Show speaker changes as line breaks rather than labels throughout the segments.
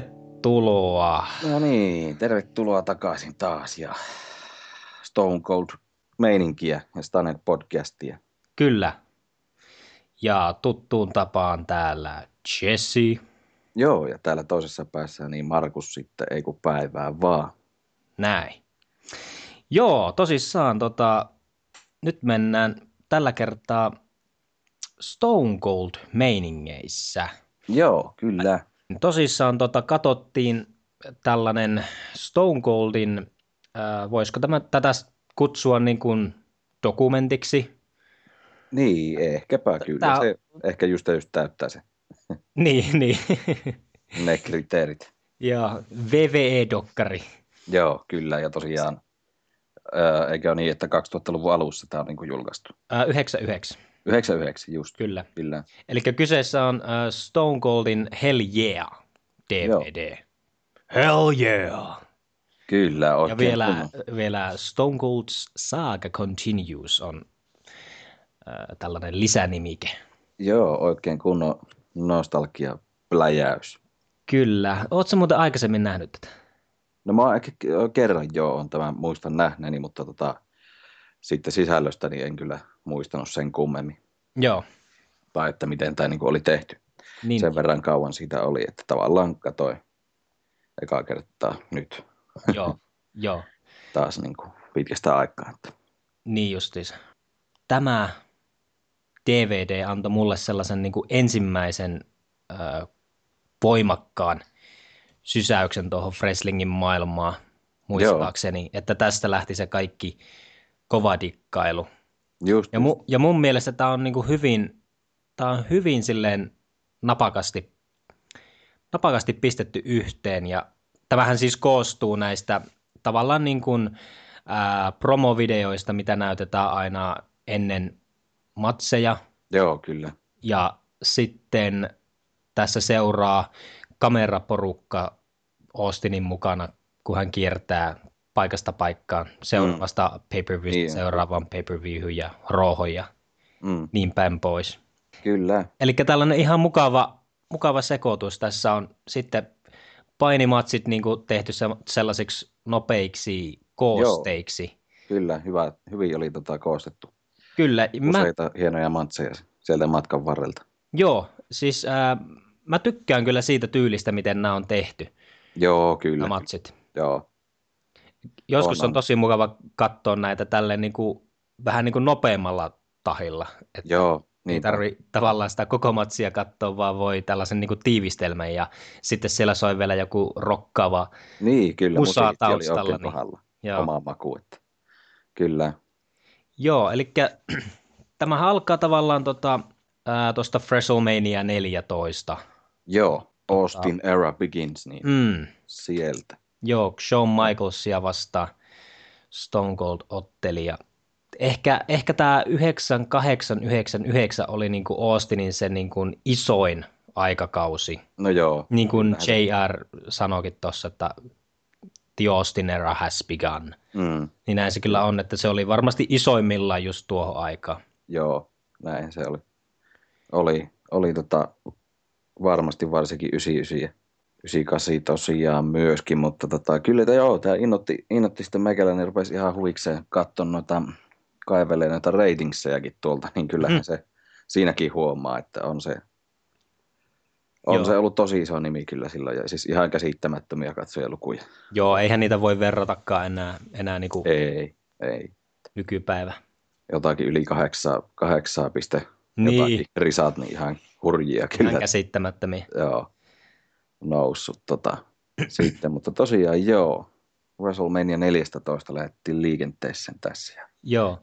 Tervetuloa.
No niin, tervetuloa takaisin taas ja Stone Cold meininkiä ja Stanet podcastia.
Kyllä. Ja tuttuun tapaan täällä Jesse.
Joo, ja täällä toisessa päässä niin Markus sitten, ei kun päivää vaan.
Näin. Joo, tosissaan tota, nyt mennään tällä kertaa Stone Cold meiningeissä.
Joo, kyllä.
Tosissaan tota, katsottiin tällainen Stone Coldin, äh, voisiko tämä, tätä kutsua niin kuin dokumentiksi?
Niin, ehkäpä kyllä.
Tää-
Se ehkä just, just täyttää se,
Niin, niin.
ne kriteerit.
ja VVE-dokkari.
Joo, kyllä, ja tosiaan, ää, eikö ole niin, että 2000-luvun alussa tämä on niin kuin julkaistu.
Äh, 99,
99 just,
kyllä.
kyllä.
Eli kyseessä on äh, Stone Coldin Hell Yeah DVD. Hell Yeah!
Kyllä,
Ja
oikein.
vielä,
kunnon.
vielä Stone Cold's Saga Continues on äh, tällainen lisänimike.
Joo, oikein kunnon nostalgia pläjäys.
Kyllä. Oletko muuten aikaisemmin nähnyt tätä?
No mä oon ehkä kerran joo, on tämän muistan nähneeni, mutta tota, sitten sisällöstä niin en kyllä muistanut sen kummemmin.
Joo.
Tai että miten tämä niin oli tehty.
Niin.
Sen verran kauan siitä oli, että tavallaan katoi ekaa kertaa nyt
Joo. Joo.
taas niin kuin pitkästä aikaa. Että.
Niin justiinsa. Tämä DVD antoi mulle sellaisen niin kuin ensimmäisen ö, voimakkaan sysäyksen tuohon wrestlingin maailmaan muistaakseni, Joo. että tästä lähti se kaikki kovadikkailu.
Just,
Ja, mu, ja mun mielestä tämä on niinku hyvin, tää on hyvin silleen napakasti, napakasti pistetty yhteen. Ja tämähän siis koostuu näistä tavallaan niin kuin, ää, promovideoista, mitä näytetään aina ennen matseja.
joo, kyllä.
Ja sitten tässä seuraa kameraporukka Austinin mukana, kun hän kiertää paikasta paikkaan seuraavasta mm. pay-per-viewsta
Niin.
seuraavaan pay-per-viewhyn ja roohon ja
Mm,
niin päin pois.
kyllä,
Eli tällainen ihan mukava, mukava sekoitus. Tässä on sitten painimatsit niin kuin tehty se- sellaisiksi nopeiksi koosteiksi. Joo.
kyllä. Hyvä, hyvin oli tota koostettu.
Kyllä, mä,
Useita hienoja matseja sieltä matkan varrelta.
joo, siis ää, mä tykkään kyllä siitä tyylistä, miten nämä on tehty,
Joo,
nämä
kyllä.
matsit.
Joo,
Joskus
On,
on,
on.
tosi mukava katsoa näitä tälleen niin kuin, vähän niin kuin nopeammalla tahilla. Että
joo.
Ei
niinpä.
tarvi tavallaan sitä koko matsia katsoa, vaan voi tällaisen niin kuin tiivistelmän ja sitten siellä soi vielä joku rokkaava.
Niin, kyllä.
Musaa
musiikki oli
taustalla,
oikein
niin-
pahalla.
Ja,
Joo. Omaa makuun. Että. Kyllä.
Joo, eli tämä alkaa tavallaan tuota, ää, tuosta WrestleMania 14.
Joo. Austin Era Begins, niin mm.
Mm,
sieltä.
joo, Shawn Michaelsia vastaan Stone Cold otteli. Ja ehkä, ehkä tämä 9899 oli niinku Austinin se niinku isoin aikakausi.
No joo,
Niin kuin
Kyllähän se-
JR sanoikin tuossa, että the Austin era has begun.
mm.
Niin näin se kyllä on, että se oli varmasti isoimmillaan just tuohon aikaan.
joo, näin se oli. Oli, oli tota, varmasti varsinkin 99 ja 98 tosiaan myöskin, mutta tota, kyllä tämä joo, tämä innotti, innotti sitten meikäläinen, rupesi ihan huvikseen katsoa noita, kaivelee noita ratingsejakin tuolta, niin kyllähän
Mm.
mm. se siinäkin huomaa, että on se,
Joo.
on joo. se ollut tosi iso nimi kyllä silloin, ja siis ihan käsittämättömiä katsojalukuja.
Joo, eihän niitä voi verratakaan enää, enää niin kuin
Ei, ei.
nykypäivä.
Jotakin yli kahdeksaa, kahdeksaa piste
Niin.
jotakin risat, niin ihan hurjia kyllä.
Ihan käsittämättömiä.
joo, noussut tota, sitten. Mutta tosiaan joo, WrestleMania 14 lähdettiin liikenteessä tässä. Ja
Joo.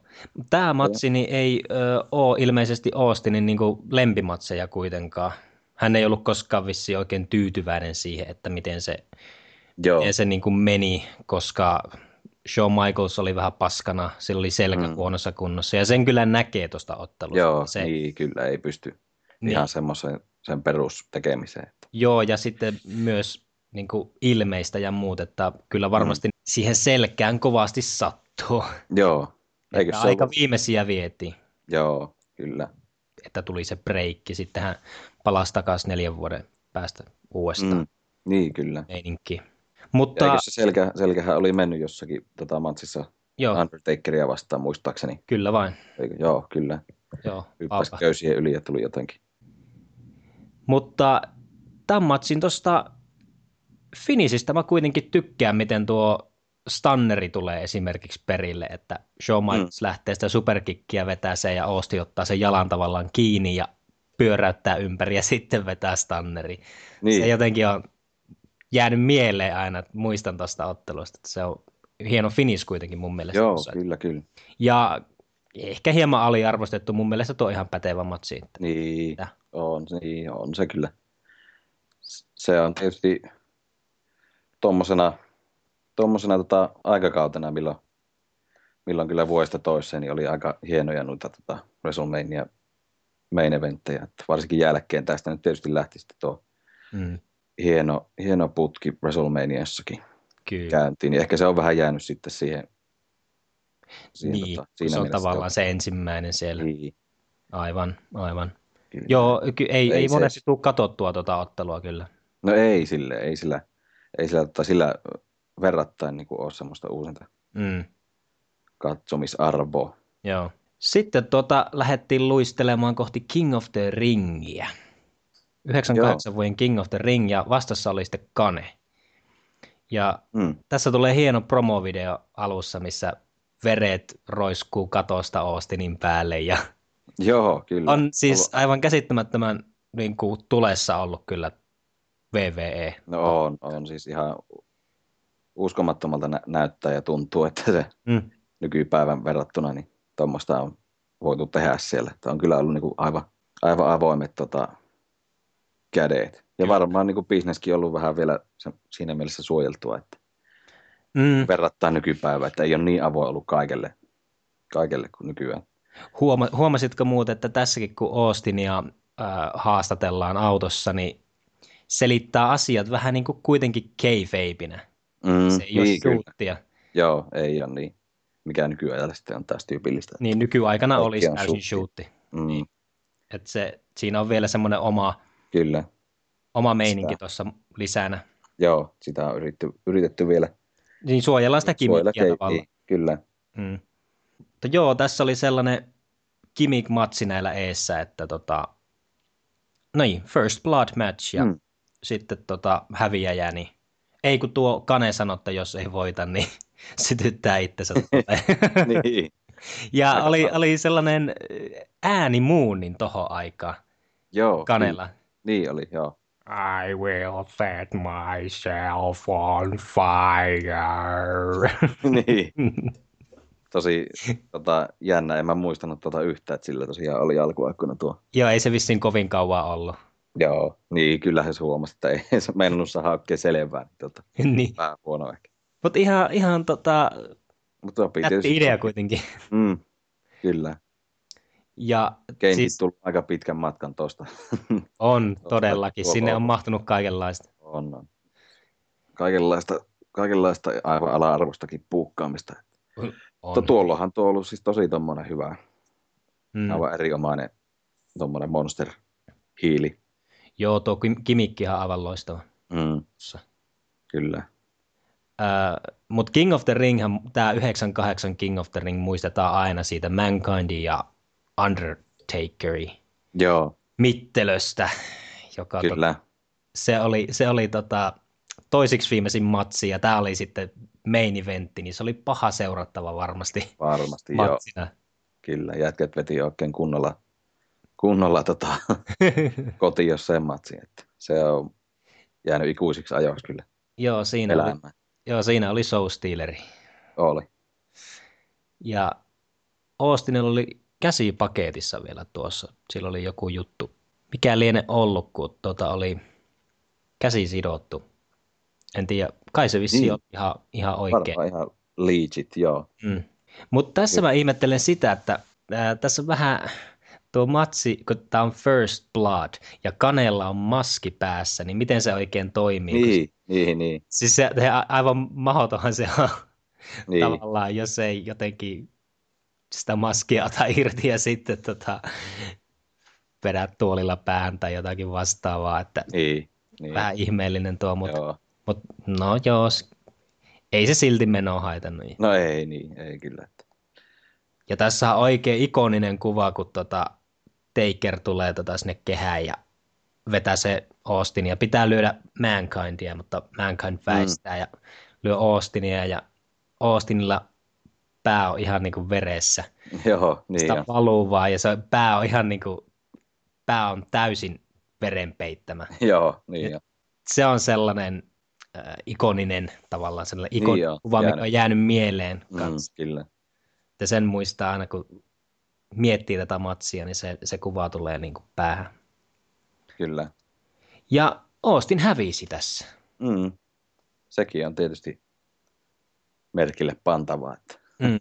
Tämä matsi niin ei ö, ole ilmeisesti Austinin niin kuin lempimatseja kuitenkaan. Hän ei ollut koskaan vissiin oikein tyytyväinen siihen, että miten se,
joo,
miten se niin kuin meni, koska Shawn Michaels oli vähän paskana, sillä oli selkä mm.
Mm.
huonossa kunnossa, ja sen kyllä näkee tuosta ottelusta.
joo
se,
niin kyllä ei pysty niin.
niin.
ihan semmoisen sen perustekemiseen. Että,
Joo, ja sitten myös niin kuin ilmeistä ja muut, että kyllä
Mm-hmm.
varmasti mm. siihen selkään kovasti sattuu.
joo, eikö
Että
se
aika
ollut?
viimeisiä vietiin,
Joo, kyllä.
että tuli se breikki. Sitten hän palasi takaisin neljän vuoden päästä uudestaan.
Mm, Niin, kyllä.
meininki.
Ja
Mutta
eikö se selkä, selkähän oli mennyt jossakin tota, matsissa
joo,
Undertakeria vastaan muistaakseni.
kyllä vain.
Eikö? Joo, kyllä.
Joo,
Hyppäsi
auka.
köysien yli ja tuli jotenkin.
Mutta tämän matsin tuosta finisistä mä kuitenkin tykkään, miten tuo Stanneri tulee esimerkiksi perille, että Shawn
Mm.
Michaels lähtee sitä superkikkiä vetää sen ja Oosti ottaa sen jalan tavallaan kiinni ja pyöräyttää ympäri ja sitten vetää Stanneri.
Niin,
Se jotenkin on jäänyt mieleen aina, että muistan tuosta ottelusta, että se on hieno finis kuitenkin mun mielestä.
joo,
tuossa.
kyllä, kyllä.
Ja ehkä hieman aliarvostettu, mun mielestä tuo on ihan pätevä matsi. Että
Niin,
Mitä?
on, se- niin, on se kyllä. S- Se on tietysti tuommoisena tommosena tota aikakautena, milloin, milloin kyllä vuodesta toiseen, niin oli aika hienoja noita tota, WrestleMania main eventtejä. Et varsinkin jälkeen tästä nyt tietysti lähti sitten tuo
Mm,
hieno, hieno putki WrestleManiassakin
kyllä.
käyntiin. Niin ehkä se on vähän jäänyt sitten siihen.
niin,
tota,
kun se on
mielessä,
tavallaan se ensimmäinen siellä.
Niin,
Aivan, aivan.
kyllä.
Joo, ky- ei, ei,
Ei
ei
se-
monesti tule katsottua tuota ottelua kyllä.
No ei sille, ei sillä, ei sillä, tota, sillä verrattain niin ole semmoista uusinta
Mm,
katsomisarvoa.
joo. Sitten tuota, lähdettiin luistelemaan kohti King of the Ringiä. 98 vuoden King of the Ring ja vastassa oli sitten Kane. Ja
Mm.
tässä tulee hieno promovideo alussa, missä veret roiskuu katosta Austinin päälle ja
Joo, kyllä.
on siis aivan käsittämättömän niin kuin, tulessa ollut kyllä E. VVE.
No on, on siis ihan uskomattomalta nä- näyttää ja tuntuu, että se
Mm.
nykypäivän verrattuna niin tuommoista on voitu tehdä siellä. Tämä on kyllä ollut niin kuin aivan, aivan avoimet tota, kädet. Ja varmaan niin kuin bisneskin ollut vähän vielä se, siinä mielessä suojeltua, että
Mm.
verrattain nykypäivää, että ei ole niin avoin ollut kaikelle, kaikelle kuin nykyään.
Huoma, huomasitko muuten, että tässäkin kun Austinia äh, haastatellaan autossa, niin selittää asiat vähän niin kuin kuitenkin kayfabeina.
Mm,
Se ei ole
kyllä.
suuttia.
Joo, ei ole niin. Mikä nykyajalla sitten on taas tyypillistä.
Niin nykyaikana
Kaikki
olisi
on
täysin
suutti.
shootti.
Mm,
niin. Et se, siinä on vielä semmoinen oma,
Kyllä,
oma meininki tuossa lisänä.
joo, sitä on yritetty, yritetty vielä.
Niin suojellaan sitä
suojella
kimikkiä
kei-
tavallaan.
niin, Kyllä,
Mm. Mutta joo, tässä oli sellainen gimmick-matsi näillä eessä, että tota, no niin, first blood match ja mm.
Mm.
sitten tota, häviäjä, niin ei kun tuo Kane sanoi, että jos ei voita, niin sytyttää itsensä. tulee.
niin,
ja
Aika
oli,
tarkka.
oli sellainen äänimuunnin tohon aikaan
joo.
Kanella.
Niin, niin oli, joo.
I will set myself on fire.
niin. Tosi tota, jännä, en mä muistanut tota yhtään, että sillä tosiaan oli alkuaikoina tuo.
joo, ei se vissiin kovin kauan ollut.
Joo, niin kyllähän se huomasi, että ei se meinannut saada oikein selvää. Niin, tota,
niin.
vähän huono ehkä.
Mutta ihan, ihan tota,
Mutta sopii
nätti
tietysti.
idea kuitenkin.
Mm, kyllä.
Ja
Keinit
siis
siis... tullut aika pitkän matkan tuosta.
on todellakin,
Tuolla
sinne
on.
on mahtunut kaikenlaista.
on, on. Kaikenlaista, kaikenlaista aivan ala-arvostakin puukkaamista.
On.
Mutta tuollahan tuo on ollut siis tosi tommonen hyvä,
mm.
mm. aivan erinomainen tommonen monster hiili.
Joo, tuo kim- kimikkihan on aivan loistava.
Mm, kyllä.
Mutta King of the Ring, tämä 98 King of the Ring muistetaan aina siitä Mankindin ja Undertakerin
Joo,
mittelöstä, joka to,
kyllä.
se oli, se oli tota, toisiksi viimeisin matsi ja tämä oli sitten main eventti, niin se oli paha seurattava varmasti
Varmasti joo,
matsina.
kyllä. Jätket veti oikein kunnolla, kunnolla tota, kotiin jossain matsiin. Että se on jäänyt ikuisiksi ajoiksi kyllä
joo, siinä oli,
elämään.
joo, siinä oli Soul Stealeri.
Oli.
Ja Austinilla oli käsi paketissa vielä tuossa. Sillä oli joku juttu. Mikä liene ollut, kun tuota oli käsi sidottu. En tiedä, kai se vissiin
Niin.
niin. oli ihan, ihan oikein.
Varmaan ihan legit, joo.
Mm. Mutta tässä mä ihmettelen sitä, että ää, tässä on vähän tuo matsi, kun tämä on First Blood ja Kanella on maski päässä, niin miten se oikein toimii? kun-
Niin, niin, niin.
Siis se, se, a- aivan mahdotonhan se on. niin.
niin.
tavallaan, jos ei jotenkin sitä maskia ota irti ja sitten tota, vedä tuolilla päähän tai jotakin vastaavaa. Että
Niin,
niin. vähän ihmeellinen tuo, mutta
Joo.
mut, no joo, s- ei se silti menoa haitannut.
No ei niin, ei kyllä. Että.
Ja tässä on oikein ikoninen kuva, kun tota Taker tulee tota sinne kehään ja vetää se Austin ja pitää lyödä Mankindia, mutta Mankind väistää mm. ja lyö Austinia ja Austinilla pää on ihan niinku veressä.
Joo, niin
Sitä
ja,
paluu vaan ja se pää on ihan niinku, pää on täysin verenpeittämä.
Joo, niin ja,
Se on sellainen äh, ikoninen tavallaan sellainen
Niin
ikon,
joo,
kuva, mikä
jäänyt.
on jäänyt mieleen
mm,
kanssa.
kyllä.
Ja sen muistaa aina, kun miettii tätä matsia, niin se, se kuva tulee niin kuin päähän.
Kyllä.
Ja Austin hävisi tässä.
Mm. Sekin on tietysti merkille pantavaa. Että.
Mm.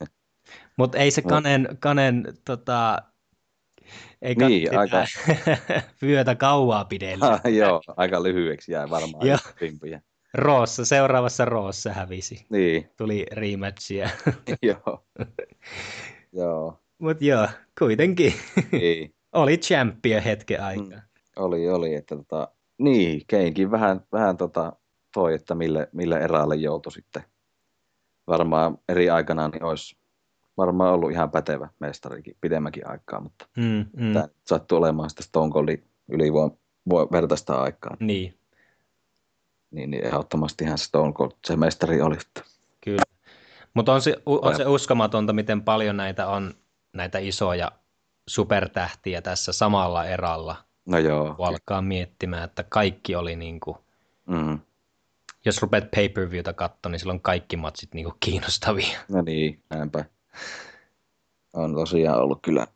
Mutta ei se
Mut-
kanen, kanen tota, ei
Niin,
kanen sitä vyötä kauaa pidellä.
Ah, joo, aika lyhyeksi jää varmaan
Joo.
just pimpuja.
Roossa, seuraavassa Roossa hävisi.
Niin,
Tuli rematchia.
joo. joo,
Mutta joo, kuitenkin
niin.
oli champion hetken aikaa. Mm.
Oli, oli. Että tota, niin, Keinkin vähän, vähän tota toi, että mille, mille eräälle joutui sitten. Varmaan eri aikana niin olisi varmaan ollut ihan pätevä mestarikin pidemmänkin aikaa, mutta
Mm, mm.
mm. tämä sattuu olemaan sitä Stone Coldin ylivoim- voi vertaista aikaa.
Niin,
Niin, niin ehdottomastihan Stone Cold se mestari oli. että-
Kyllä. Mutta on se, u- on se uskomatonta, miten paljon näitä on, näitä isoja supertähtiä tässä samalla eralla,
No joo.
kun alkaa miettimään, että kaikki oli niin kuin,
Mm.
jos rupeat pay-per-viewta katsoa, niin silloin kaikki matsit niin kuin kiinnostavia.
No niin, näinpä. On tosiaan ollut kyllä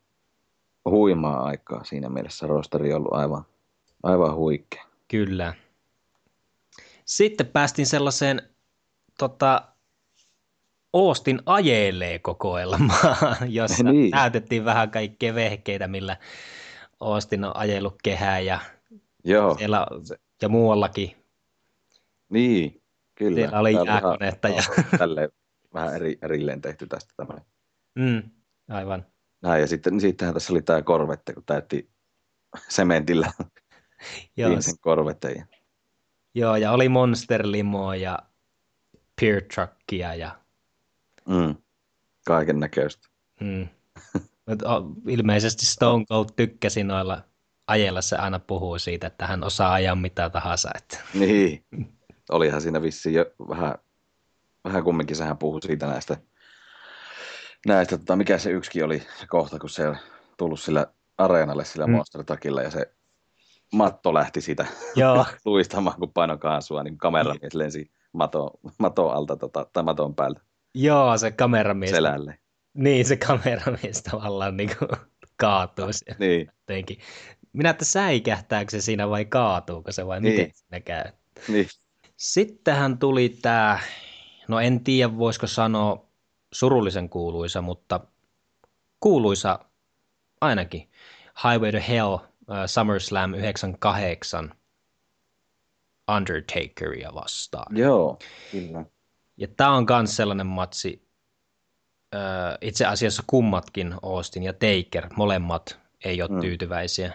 huimaa aikaa siinä mielessä. Rosteri on ollut aivan, aivan huikea.
Kyllä. Sitten päästiin sellaiseen tota, Oostin ajelee kokoelmaan, jossa niin.
Niin.
näytettiin vähän kaikkea vehkeitä, millä Oostin on ajellut kehää ja
Joo,
siellä ja muuallakin
niin, kyllä.
Siellä oli
Tää ihan-
jääkonetta ja-
joo, Tälleen vähän eri, erilleen tehty tästä tämmöinen.
Mm, aivan.
Näin, ja sitten, niin sittenhän tässä oli tämä korvette, kun täytti sementillä
Joo,
Joo, sen korvette. Ja,
joo, ja oli Monster Limoa ja Peer Truckia ja
mm, kaiken näköistä.
mm. Mut, o, ilmeisesti Stone Cold tykkäsi noilla ajella se aina puhuu siitä, että hän osaa ajaa mitä tahansa. Että.
Niin, olihan siinä vissiin jo vähän, vähän kumminkin, sehän puhui siitä näistä, näistä tota, mikä se yksikin oli se kohta, kun se on tullut sillä areenalle sillä
Mm.
mm. Monster Truckilla ja se matto lähti siitä
Joo,
luistamaan, kun paino kaasua, niin kameramies lensi maton, maton alta tota, tai maton päältä
joo, se kameramies.
selälle.
Niin, se kameramies tavallaan niin kuin, kaatuu se
Niin,
jotenkin. Minä, että säikähtääkö se siinä vai kaatuuko se vai miten
Niin.
siinä käy.
niin.
Sittenhän tuli tämä, no en tiedä voisiko sanoa surullisen kuuluisa, mutta kuuluisa ainakin. Highway to Hell, uh, SummerSlam 98 Undertakeria vastaan.
Joo, kyllä.
Ja tämä on myös sellainen matsi, ö, itse asiassa kummatkin Austin ja Taker, molemmat ei ole
Mm.
tyytyväisiä.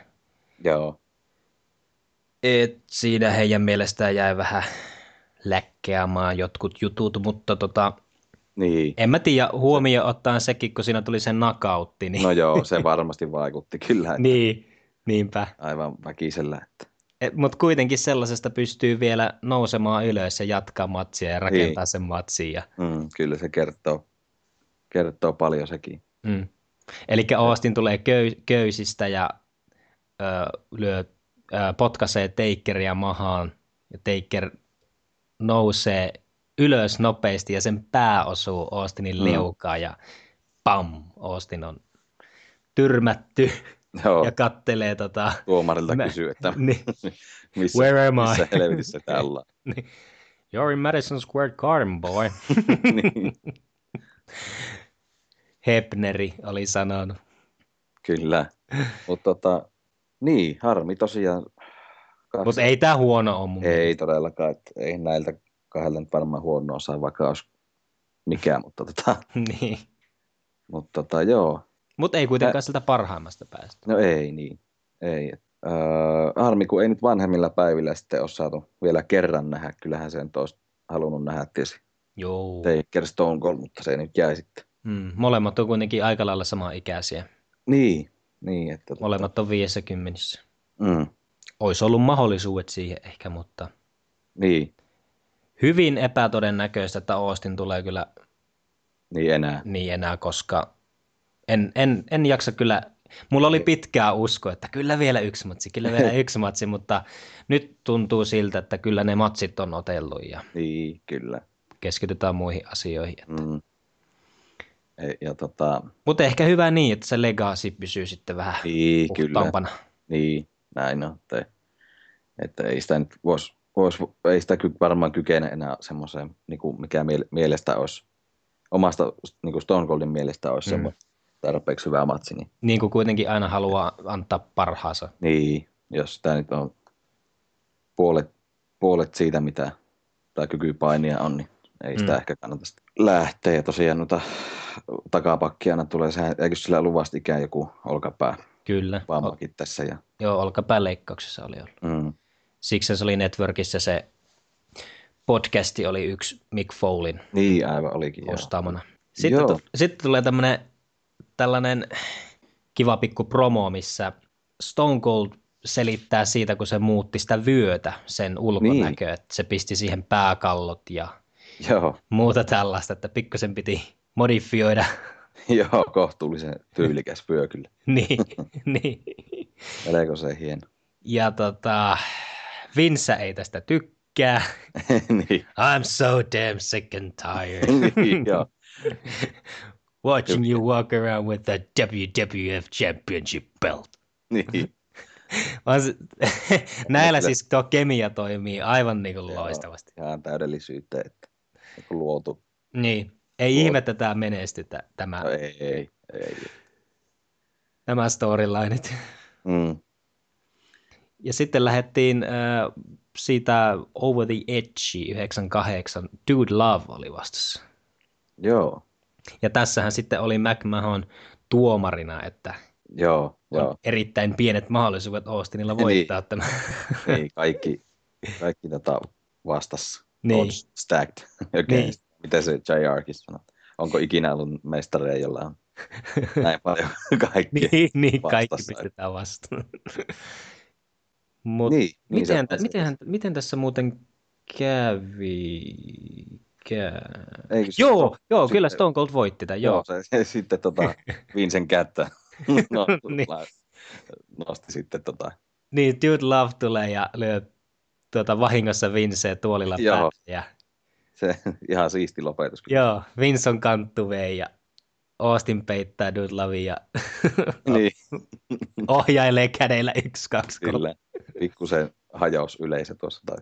Joo,
Et siinä heidän mielestään jäi vähän läkkeämään jotkut jutut, mutta tota,
niin.
en mä tiedä, huomioon ottaen sekin, kun siinä tuli se nakautti, niin,
No joo, se varmasti vaikutti kyllä. Niin.
niin niinpä.
Aivan väkisellä. Että.
Mutta kuitenkin sellaisesta pystyy vielä nousemaan ylös ja jatkaa matsia ja rakentaa niin. sen matsin. Ja,
Mm, kyllä se kertoo, kertoo paljon sekin.
mm. Eli Austin tulee köy, köysistä ja ö, lyö, ö, potkaisee Takeria mahaan ja Taker nousee ylös nopeasti ja sen pää osuu Austinin mm.
Mm.
leukaan ja pam, Austin on tyrmätty
Joo,
ja kattelee tota,
tuomarilta
Mä-
kysyy, että
niin,
missä,
where am I?
missä helvetissä täällä ollaan.
You're in Madison Square Garden, boy.
niin,
Hepneri oli sanonut.
kyllä. Mutta tota, niin, harmi tosiaan. Kaksi-
Mutta ei tämä huono ole mun
Ei todellakaan, että ei näiltä kahdelta nyt varmaan huonoa saa vaikka olisi mikään, mutta, tota,
mielestä. niin.
mutta tota, joo,
Mutta ei kuitenkaan siltä parhaimmasta päästä.
no ei niin, ei. et Öö, harmi, kun ei nyt vanhemmilla päivillä sitten ole saatu vielä kerran nähdä. Kyllähän sen olisi halunnut nähdä tietysti
Joo.
Taker Stone Cold, mutta se nyt jäi sitten.
Mm, molemmat on kuitenkin aika lailla samaikäisiä.
Niin, niin että... tota-
Molemmat on 50.
Mm,
Olisi ollut mahdollisuudet siihen ehkä, mutta
niin,
hyvin epätodennäköistä, että Austin tulee kyllä
niin enää.
niin enää, koska en, en, en jaksa kyllä, mulla oli pitkää usko, että kyllä vielä yksi matsi, kyllä vielä yksi matsi, mutta nyt tuntuu siltä, että kyllä ne matsit on otellut ja
Niin, kyllä.
keskitytään muihin asioihin.
Mm. E- Ja tota,
Mutta ehkä hyvä niin, että se legacy pysyy sitten vähän
niin, kyllä.
puhtaampana.
Niin, näin on. Että, että ei sitä nyt vois, vois, ei sitä ky- varmaan kykene enää semmoiseen, niin kuin mikä miel- mielestä olisi, omasta niin kuin Stone Coldin mielestä
Mm.
olisi mm. semmoinen tarpeeksi hyvä matsi. Niin,
Niin kuin kuitenkin aina haluaa antaa parhaansa.
niin jos tämä nyt on puolet, puolet siitä, mitä tämä kykypainia on, niin ei sitä
Mm.
mm. ehkä kannata sitten lähteä. Ja tosiaan noita takapakkia aina tulee, sehän, eikö sillä luvasti ikään joku olkapää
Kyllä. O-
vammakin tässä. Ja,
joo, olkapääleikkauksessa oli ollut.
mm,
Siksi se oli Networkissa se podcasti oli yksi Mick Foulin
niin aivan olikin. joo.
ostamana. Sitten,
Joo.
tu- sitten tulee tämmönen, tällainen kiva pikku promo, missä Stone Cold selittää siitä, kun se muutti sitä vyötä, sen ulkonäköä, niin. että se pisti siihen pääkallot ja
Joo,
muuta tällaista, että pikkusen piti modifioida.
joo, kohtuullisen tyylikäs vyö kyllä.
niin, niin.
Eleekö se hieno?
Ja tota, Vinsä ei tästä tykkää.
niin,
I'm so damn sick and tired
niin, joo,
watching you walk around with a WWF championship belt.
niin,
Vaan se, näillä
Kyllä.
siis tuo kemia toimii aivan niin kuin
Joo.
loistavasti.
ihan täydellisyyteen, että joku luotu.
Niin. Ei
Joo.
ihme, että tämä menestyy tä- tämä,
No, ei, ei, ei.
nämä storylineit.
Mm,
Ja sitten lähdettiin äh, siitä Over the Edge 98, Dude Love oli vastassa.
joo,
Ja tässähän sitten oli McMahon tuomarina, että
joo,
on
joo.
erittäin pienet mahdollisuudet Austinilla
Niin.
voittaa tämä.
Ei, kaikki, kaikki tota vastassa.
Niin.
Odds stacked. Okay.
Niin.
Niin. Mitä se JRkin sanoo? Onko ikinä ollut mestareja, jolla on näin paljon kaikki?
niin, niin kaikki
Vastassa.
pistetään vastaan. Mut
niin, niin se
Miten, tä,
pääsee.
miten, miten tässä muuten kävi? Kä...
Eikö Siis se-
Joo, joo kyllä
sitten-
Stone Cold voitti tämän, joo.
Joo, se, se sitten tota, Vincent kättä no,
Niin.
la- nosti sitten tota,
Niin, Dude Love tulee ja lyö tuota, vahingossa Vinceä tuolilla
Joo.
päälle. Ja,
se ihan siisti lopetus. kyllä.
joo, Vince on kanttu vei ja Austin peittää Dude Lovin ja
Niin,
ohjailee kädellä yksi, kaksi, kolme.
kyllä. Pikkusen hajaus yleisö tuossa tai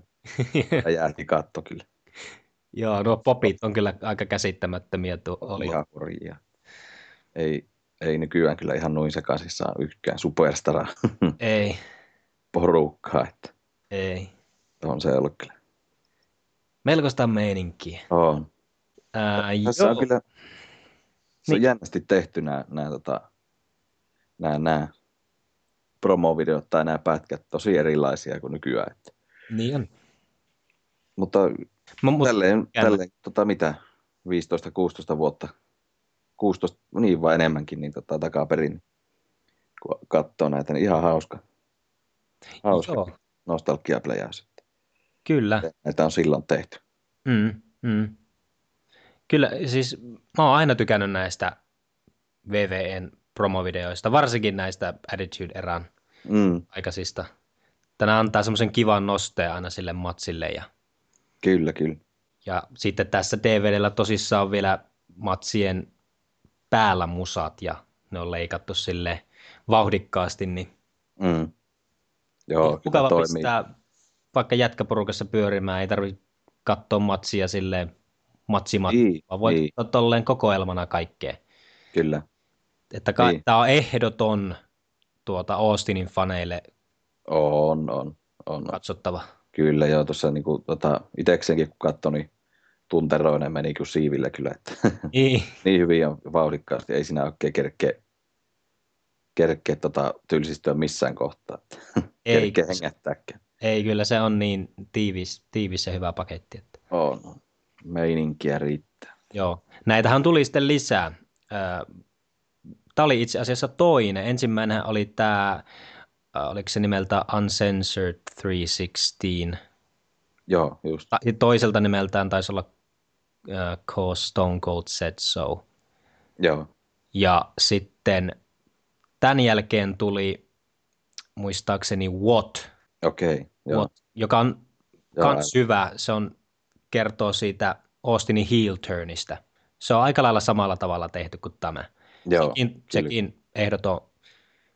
räjähti katto kyllä.
joo, nuo popit on kyllä aika käsittämättömiä tuo
Oli
oli.
ihan hurjia. Ei, ei nykyään kyllä ihan noin sekaisin saa yhtäkään superstara
Ei,
porukkaa, että
ei.
on se ollut kyllä.
Melkoista meininkiä.
On.
Ää,
Tässä
joo.
on kyllä se on
Niin.
jännästi tehty nämä, nämä, tota, nämä, nämä promovideot tai nämä pätkät tosi erilaisia kuin nykyään. Että.
Niin on.
Mutta
Mä, mut,
tälleen,
jännä.
tälleen tota, mitä, 15-16 vuotta, 16, niin vai enemmänkin, niin tota, takaperin, kun katsoo näitä, niin ihan hauska. Hauska
joo,
nostalgiapläjäys.
kyllä.
Näitä on silloin tehty.
Mm, mm. Kyllä, siis mä oon aina tykännyt näistä VVN promovideoista, varsinkin näistä Attitude-erän
Mm,
aikaisista. Tänä antaa semmoisen kivan nosteen aina sille matsille ja,
kyllä, kyllä.
ja sitten tässä DVDllä tosissaan on vielä matsien päällä musat ja ne on leikattu sille vauhdikkaasti, niin
Mm. Joo, kyllä
mukava
toimii.
pistää vaikka jätkäporukassa pyörimään, ei tarvitse katsoa matsia silleen matsimat,
Niin,
vaan voit
niin.
katsoa tolleen kokoelmana kaikkea.
Kyllä,
Että ka-
Niin.
tämä on ehdoton tuota Austinin faneille
on, on, on. on.
katsottava.
Kyllä, joo, tuossa niinku, tota, itsekseenkin kun katsoi, niin tunteroinen meni kuin siivillä kyllä, että
Niin,
niin hyvin ja vauhdikkaasti, ei siinä oikein kerkeä, kerkeä tota tylsistyä missään kohtaa.
Ei.
Kerkeä hengättääkään.
Ei, kyllä se on niin tiivis, tiivis ja hyvä paketti. Että,
On. Meininkiä riittää.
joo. Näitähän tuli sitten lisää. Tämä oli itse asiassa toinen. Ensimmäinen oli tämä, oliko se nimeltä Uncensored 316.
Joo, just.
Ta- toiselta nimeltään taisi olla äh, Cause Stone Cold Said So.
Joo.
Ja sitten tämän jälkeen tuli muistaakseni What,
Okei. Okay. Joo.
What joka on
Joo,
kans hyvä. Se on, kertoo siitä Austinin heel turnista. Se on aika lailla samalla tavalla tehty kuin tämä.
Joo.
sekin,
kyllä.
sekin ehdoton,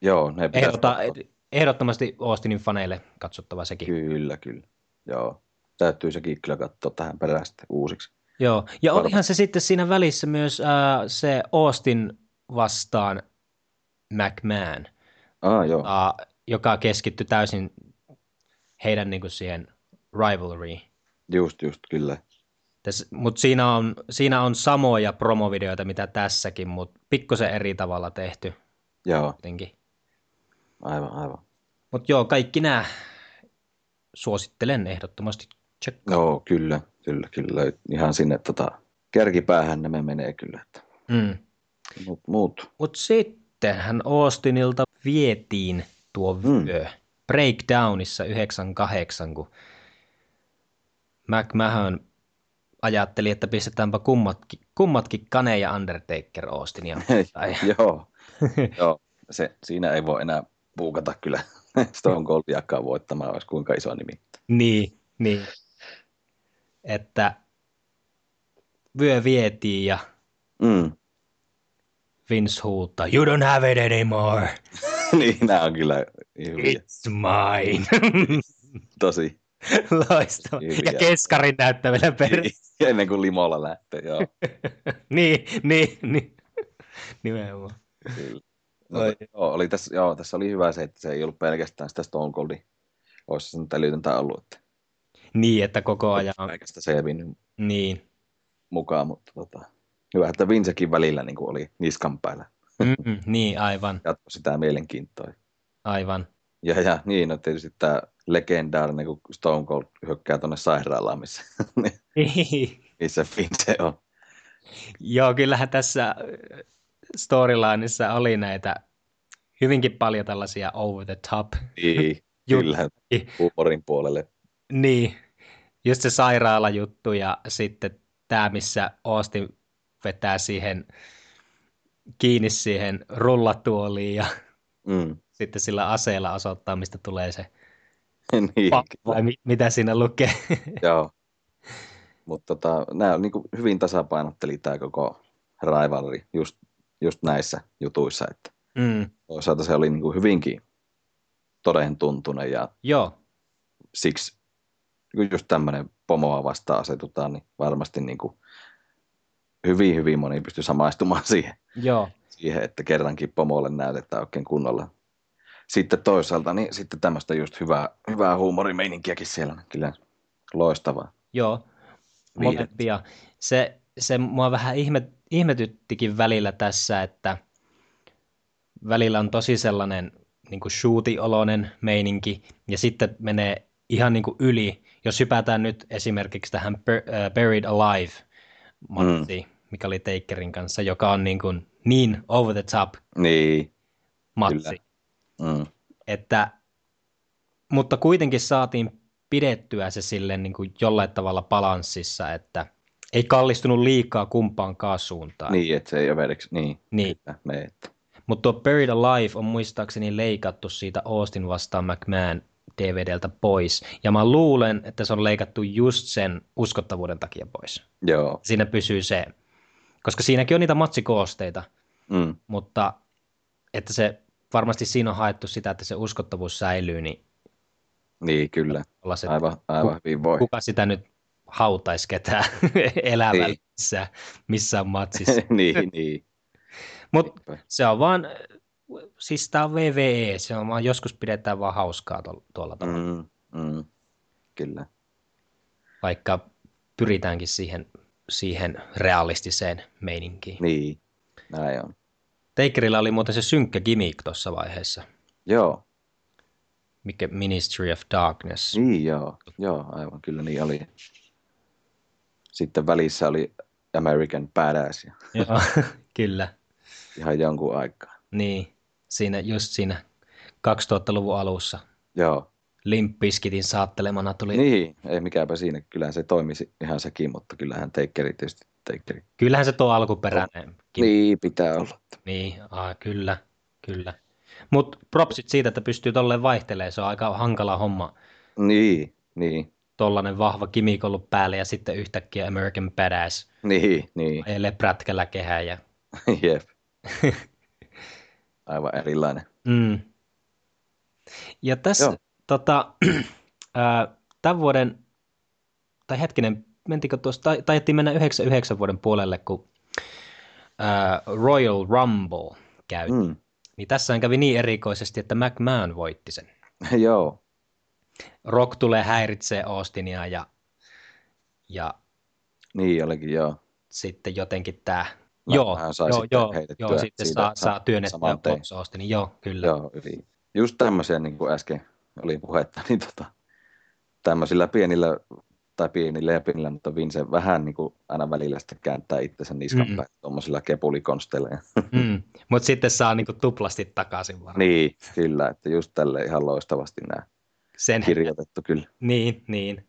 Joo, ne pitäisi
ehdota,
katsoa.
ehdottomasti Austinin faneille katsottava sekin.
Kyllä, kyllä. Joo. Täytyy sekin kyllä katsoa tähän perään sitten uusiksi.
Joo, ja
Varma-
olihan se sitten siinä välissä myös äh, se Austin vastaan McMahon,
Ah, joo. Ah.
äh, joka keskittyi täysin heidän niin kuin siihen rivalryin.
Just, just, kyllä.
Mutta siinä on, siinä on samoja promovideoita, mitä tässäkin, mutta pikkusen eri tavalla tehty
Joo,
jotenkin.
aivan, aivan.
Mutta joo, kaikki nämä suosittelen ehdottomasti. Check.
Joo, kyllä, kyllä, kyllä. Ihan sinne tota, kärkipäähän nämä menee kyllä. Että.
Mm.
Mut, muut.
Mutta sitten hän Austinilta vietiin tuo
Mm.
vyö. Breakdownissa 98, kun McMahon ajatteli, että pistetäänpä kummatkin, kummatkin Kane ja Undertaker Austinia. Tai,
joo, joo. Se, siinä ei voi enää puukata kyllä Stone Coldiakaan voittamaan, olisi kuinka iso nimi.
niin, niin. Että vyö vietiin ja
Mm.
Vince huutaa, you don't have it anymore,
niin, nämä on kyllä hyviä.
it's mine.
Tosi.
Loistava. Ja
Hyviä.
keskarin näyttää vielä perään.
Ennen kuin limolla lähtee, joo.
niin, niin, niin. Nimenomaan.
Kyllä. No,
Ai.
joo, oli tässä, joo, tässä oli hyvä se, että se ei ollut pelkästään sitä Stone Coldin. Olisi se nyt älytöntä ollut, että
Niin, että koko ajan on.
kaikesta se ei vinnyt
Niin.
mukaan, mutta tota, hyvä, että Vincekin välillä niin kuin oli niskan päällä.
Mm-mm, niin, aivan,
Jatko sitä mielenkiintoa.
aivan.
Ja, ja niin, no tietysti tämä legendaarinen, kun Stone Cold hyökkää tuonne sairaalaan, missä, missä Vince on.
Joo, kyllähän tässä äh, storylineissa oli näitä hyvinkin paljon tällaisia over the top.
Niin,
Jut-
kyllä, huumorin puolelle.
Niin, just se sairaalajuttu ja sitten tämä, missä Austin vetää siihen kiinni siihen rullatuoliin ja
Mm.
sitten sillä aseella osoittaa, mistä tulee se
niin,
pa-
kyllä.
vai mi- mitä siinä lukee.
Joo. Mutta tota, nämä niin hyvin tasapainotteli tämä koko rivalry just, just näissä jutuissa. Että
Mm,
toisaalta se oli niin kuin hyvinkin toden tuntunen ja
joo,
siksi kun just tämmöinen pomoa vastaan asetutaan, niin varmasti niin kuin hyvin, hyvin moni pystyy samaistumaan siihen,
joo,
siihen, että kerrankin pomolle näytetään oikein kunnolla. Sitten toisaalta, niin sitten tämmöistä just hyvää, hyvää huumorimeininkiäkin siellä, niin kyllä loistavaa.
joo,
Viihdettä.
molempia. Se, se mua vähän ihme, ihmetyttikin välillä tässä, että välillä on tosi sellainen niin kuin shootioloinen meininki, ja sitten menee ihan niin kuin yli, jos hypätään nyt esimerkiksi tähän Bur- äh, Buried Alive matsiin, mikä oli Takerin kanssa, joka on niin, kuin niin over the top
Niin,
matsi.
mm.
että, mutta kuitenkin saatiin pidettyä se silleen niin kuin jollain tavalla balanssissa, että ei kallistunut liikaa kumpaankaan suuntaan.
niin että se ei överiksi, niin,
Niin.
kyllä, mene, että.
Mutta tuo Buried Alive on muistaakseni leikattu siitä Austin vastaan McMahon DVDltä pois. Ja mä luulen, että se on leikattu just sen uskottavuuden takia pois.
Joo,
Siinä pysyy se, koska siinäkin on niitä matsikoosteita,
mm.
mutta että se varmasti siinä on haettu sitä, että se uskottavuus säilyy, niin
niin kyllä,
olla se
aivan, aivan hyvin voi.
kuka sitä nyt hautaisi ketään elämällä missään, missään matsissa.
niin, niin.
Mutta se on vaan, siis tämä on VVE, se on vaan joskus pidetään vaan hauskaa tuolla, tuolla tavalla, mm.
Mm, mm. Kyllä.
vaikka pyritäänkin siihen, siihen realistiseen meininkiin.
Niin, näin on.
Takerilla oli muuten se synkkä gimmick tuossa vaiheessa,
Joo,
mikä Ministry of Darkness.
niin joo, joo, aivan kyllä niin oli. Sitten välissä oli American Badass ja
Joo, kyllä.
ihan jonkun aikaa.
Niin, siinä, just siinä 2000-luvun alussa
Joo,
Limppiskitin saattelemana tuli. Niin.
niin, ei mikäpä siinä, kyllähän se toimisi ihan sekin, mutta kyllähän Takeri tietysti Takeri.
Kyllähän se tuo alkuperäinen.
Niin, pitää olla.
Niin, aa, kyllä, kyllä. Mutta propsit siitä, että pystyy tolleen vaihtelemaan, se on aika hankala homma.
Niin, niin,
Tollainen vahva kimik ollut päällä ja sitten yhtäkkiä American Badass
niin, niin,
ajelee prätkällä kehää ja...
jep. Aivan erilainen.
Mm. Ja tässä
Joo.
tota, ää, tämän vuoden, tai hetkinen, mentikö tuossa, tai, taidettiin mennä 99 vuoden puolelle, kun ää, Royal Rumble käytiin. Mm.
Mm.
Niin tässä kävi niin erikoisesti, että McMahon voitti sen.
Joo,
Rock tulee häiritsee Austinia ja, ja
niin olikin, joo.
sitten jotenkin tämä...
Mä-
joo,
mähän sai
joo,
sitten
joo,
heitettyä
joo, sitten
siitä
saa,
sa-
saa työnnettyä
saman tien.
pois Austinia, joo, kyllä.
Joo, yli. Just tämmöisiä, niin kuin äsken oli puhetta, niin tota, tämmöisillä pienillä, tai pienillä ja pienillä, mutta Vince vähän niin kuin aina välillä sitten kääntää itsensä niskan
Mm-mm.
päin tuommoisilla kepulikonsteilla.
Mm. Mutta sitten saa niinku tuplasti takaisin varmaan.
niin, kyllä, että just tälle ihan loistavasti nämä
Sen,
kirjoitettu kyllä.
Niin, niin.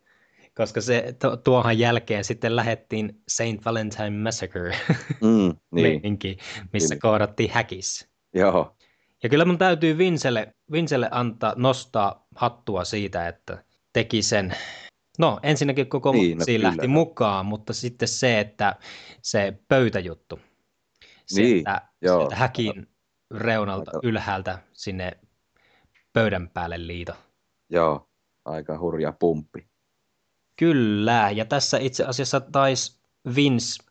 Koska se tu- tuohan jälkeen sitten lähettiin Saint Valentine Massacre
Mm, niin,
meininki, missä
Kyllä.
kohdattiin häkis.
joo,
Ja kyllä mun täytyy Vincelle, Vincelle antaa, nostaa hattua siitä, että teki sen. No ensinnäkin koko
Niin,
niin,
no
no,
kyllä.
lähti mukaan, mutta sitten se, että se pöytäjuttu. Se,
Niin,
että
joo.
sieltä häkin reunalta
Aika-
ylhäältä sinne pöydän päälle liito.
joo, aika hurja pumppi.
Kyllä, ja tässä itse asiassa taisi Vince,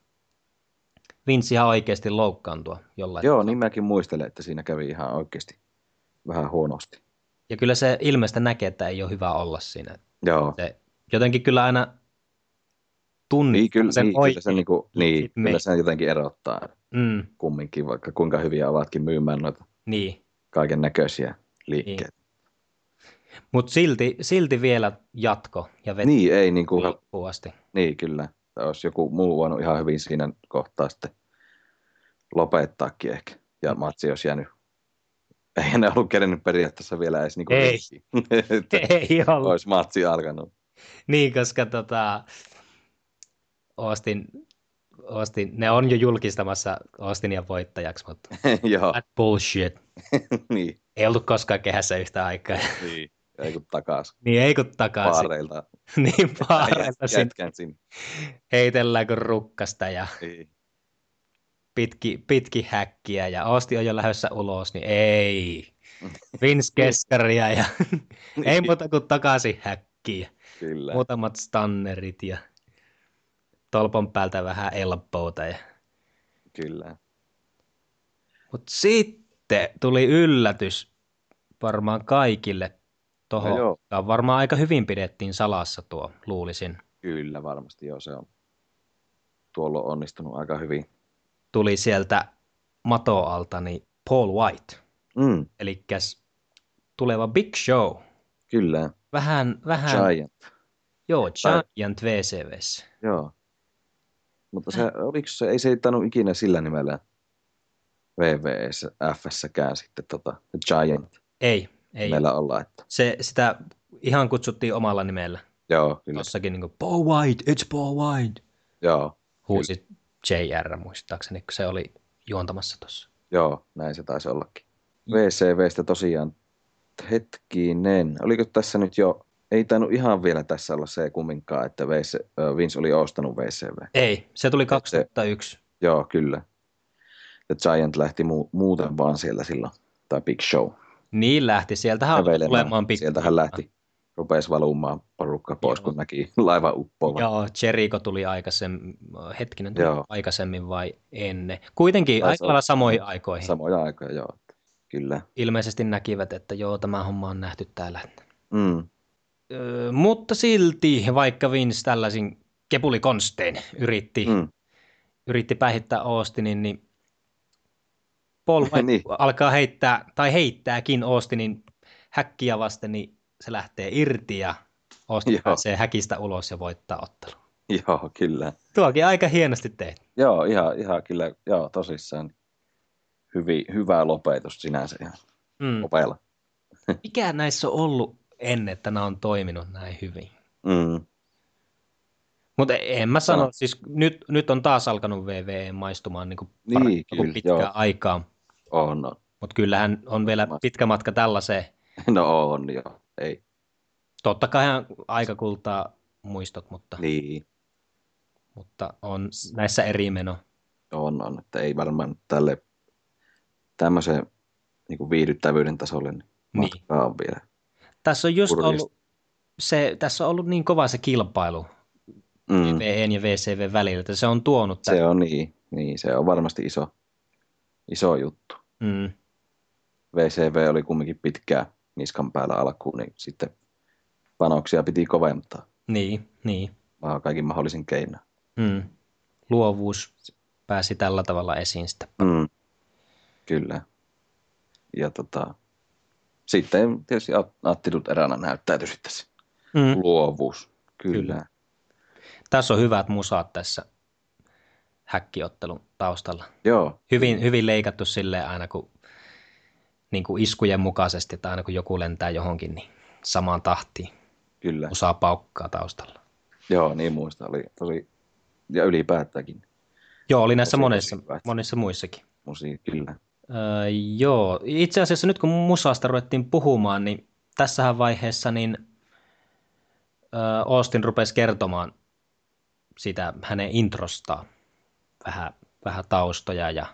Vince ihan oikeasti loukkaantua jollain.
Joo, niin mäkin muistelen, että siinä kävi ihan oikeasti vähän huonosti.
Ja kyllä se ilmeistä näkee, että ei ole hyvä olla siinä.
Joo,
Se jotenkin kyllä aina tunnistaa
niin kyllä,
sen
niin, kyllä,
oikein.
se, niin kuin, niin,
Sit
kyllä
meit-
se jotenkin erottaa.
Mm,
kumminkin, vaikka kuinka hyviä ovatkin myymään noita
niin.
kaiken näköisiä liikkeitä.
Mutta silti, silti vielä jatko ja
Niin,
veti
niin ei niin kuin,
loppuun asti.
niin kyllä. Olisi joku muu voinut ihan hyvin siinä kohtaa sitten lopettaakin ehkä. Ja matsi olisi jäänyt. Eihän ne ollut kerennyt periaatteessa vielä edes niin kuin
Ei.
Että
Ei ollut.
olisi matsi alkanut.
Niin, koska tota, Austin, Austin, ne on jo julkistamassa Austinia voittajaksi, mutta
Ah. Joo,
that bullshit.
niin.
Ei ollut koskaan kehässä yhtä aikaa.
niin. Ei kun takas
Niin ei kun takaisin.
paareilta.
Niin paareilta
Jät-
sinne
Jätkän sinne.
heitellään kuin rukkasta ja
Niin.
pitki, pitki häkkiä ja Osti on jo lähdössä ulos, niin ei. Vince Keskaria ja ei muuta kuin takaisin häkkiä.
Kyllä.
Muutamat stannerit ja tolpan päältä vähän elpouta. Ja...
Kyllä.
Mutta sitten tuli yllätys varmaan kaikille
No
tuohon.
joo.
No varmaan aika hyvin pidettiin salassa tuo, luulisin.
Kyllä varmasti joo, se on tuolla on onnistunut aika hyvin.
tuli sieltä matoalta niin Paul White,
Mm,
eli tuleva Big Show.
kyllä,
Vähän, vähän,
Giant,
joo, Giant VCVs.
joo. Mutta se, oliko se, ei se tainnut ikinä sillä nimellä WWF-säkään sitten tota, Giant
Ei, ei.
meillä olla. Että,
Se, sitä ihan kutsuttiin omalla nimellä.
joo, kyllä,
Jossakin niin kuin, Paul White, it's Paul White.
joo,
Huusi JR muistaakseni, kun se oli juontamassa tuossa.
joo, näin se taisi ollakin. VCVstä tosiaan, hetkinen, oliko tässä nyt jo, ei tainnut ihan vielä tässä olla se kumminkaan, että VC, ö, Vince oli ostanut VCV.
Ei, se tuli 2001.
Joo, kyllä. The Giant lähti mu- muuten vaan sieltä silloin, tai Big Show.
Niin lähti, sieltähän alkoi tulemaan pikku.
Sieltähän lähti, rupesi valumaan porukka pois,
Joo.
kun näki laivan uppoavan.
Joo, Jericho tuli aikaisemmin, hetkinen, tuli
Joo.
aikaisemmin vai ennen. Kuitenkin
Taisi
aika
olla.
lailla samoihin aikoihin.
Samoja aikoja, joo. Kyllä.
Ilmeisesti näkivät, että joo, tämä homma on nähty täällä.
Mm,
Öö, mutta silti, vaikka Vince tällaisin kepulikonstein yritti, mm.
mm.
yritti päihittää Austinin, niin Paul White
Niin.
alkaa heittää, tai heittääkin Austinin häkkiä vasten, niin se lähtee irti ja Austin
Joo.
pääsee häkistä ulos ja voittaa ottelun.
Joo, kyllä.
Tuokin aika hienosti tehty.
Joo, ihan, ihan kyllä, joo, tosissaan. Hyvi, hyvä lopetus sinänsä ihan
Mm.
opella.
Mikä näissä on ollut ennen, että nämä on toiminut näin hyvin?
Mm.
Mutta en mä sano,
Sano.
siis nyt, nyt on taas alkanut VVE maistumaan niin kuin
Niin,
paremmin kuin
kyllä,
pitkään
joo.
aikaa.
On, on.
Mutta kyllähän on vielä
Varmasti.
pitkä matka tällaiseen.
No on, joo. Ei.
Totta kai aika kultaa muistot, mutta, niin.
Niin,
mutta on näissä eri meno. Niin.
on, on. Että ei varmaan tälle tämmöiseen niin kuin viihdyttävyyden tasolle niin
Niin.
matkaa on vielä.
Tässä on just
Purkista.
ollut, se, tässä on ollut niin kova se kilpailu
Mm.
VN ja VCV välillä, että se on tuonut tämän.
Se on niin, niin, se on varmasti iso, iso juttu.
Mm,
VCV oli kumminkin pitkää niskan päällä alkuun, niin sitten panoksia piti koventaa
niin, niin.
vaan kaikin mahdollisin keinoin.
Mm. Luovuus pääsi tällä tavalla esiin sitten.
Mm. Kyllä. Ja tota, sitten tietysti at- attitut eränä näyttäytyi sitten se
Mm.
luovuus. Kyllä.
Kyllä. Tässä on hyvät musaat tässä häkkiottelun taustalla.
Joo,
Hyvin, hyvin leikattu silleen aina kun niin kuin iskujen mukaisesti tai aina kun joku lentää johonkin, niin samaan tahtiin
kyllä.
osaa paukkaa taustalla.
Joo, niin muista oli tosi, ja ylipäätäänkin
Joo, oli näissä
Tosi, tosi
monissa,
hyvät.
monissa muissakin.
musiikilla.
Öö, joo, itse asiassa nyt kun musasta ruvettiin puhumaan, niin tässähän vaiheessa niin öö, Austin rupesi kertomaan sitä hänen introstaan, vähän, vähän taustoja ja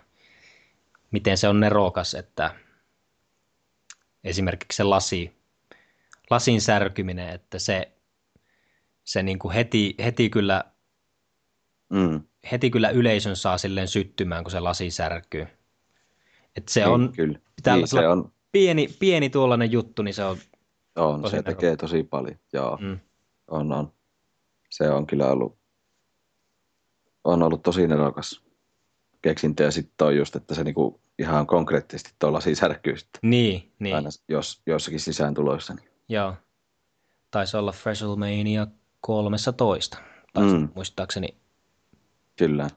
miten se on nerokas, että esimerkiksi se lasi, lasin särkyminen, että se, se niin kuin heti, heti kyllä
Mm.
heti kyllä yleisön saa silleen syttymään, kun se lasi särkyy. Et se on
kyllä. Niin,
tällaisella-
se on,
pieni, pieni tuollainen juttu, niin se on... tosi
on no se
nerokas.
tekee tosi paljon. Joo.
Mm,
On, on. Se on kyllä ollut, on ollut tosi nerokas keksintö ja sitten on just, että se niinku ihan konkreettisesti tuolla siis särkyy sitten
niin, niin,
niin. aina jos, jossakin sisääntuloissa. Niin.
joo. Taisi olla Freshelmania 13, taisi
Mm.
mm. muistaakseni.
Kyllä,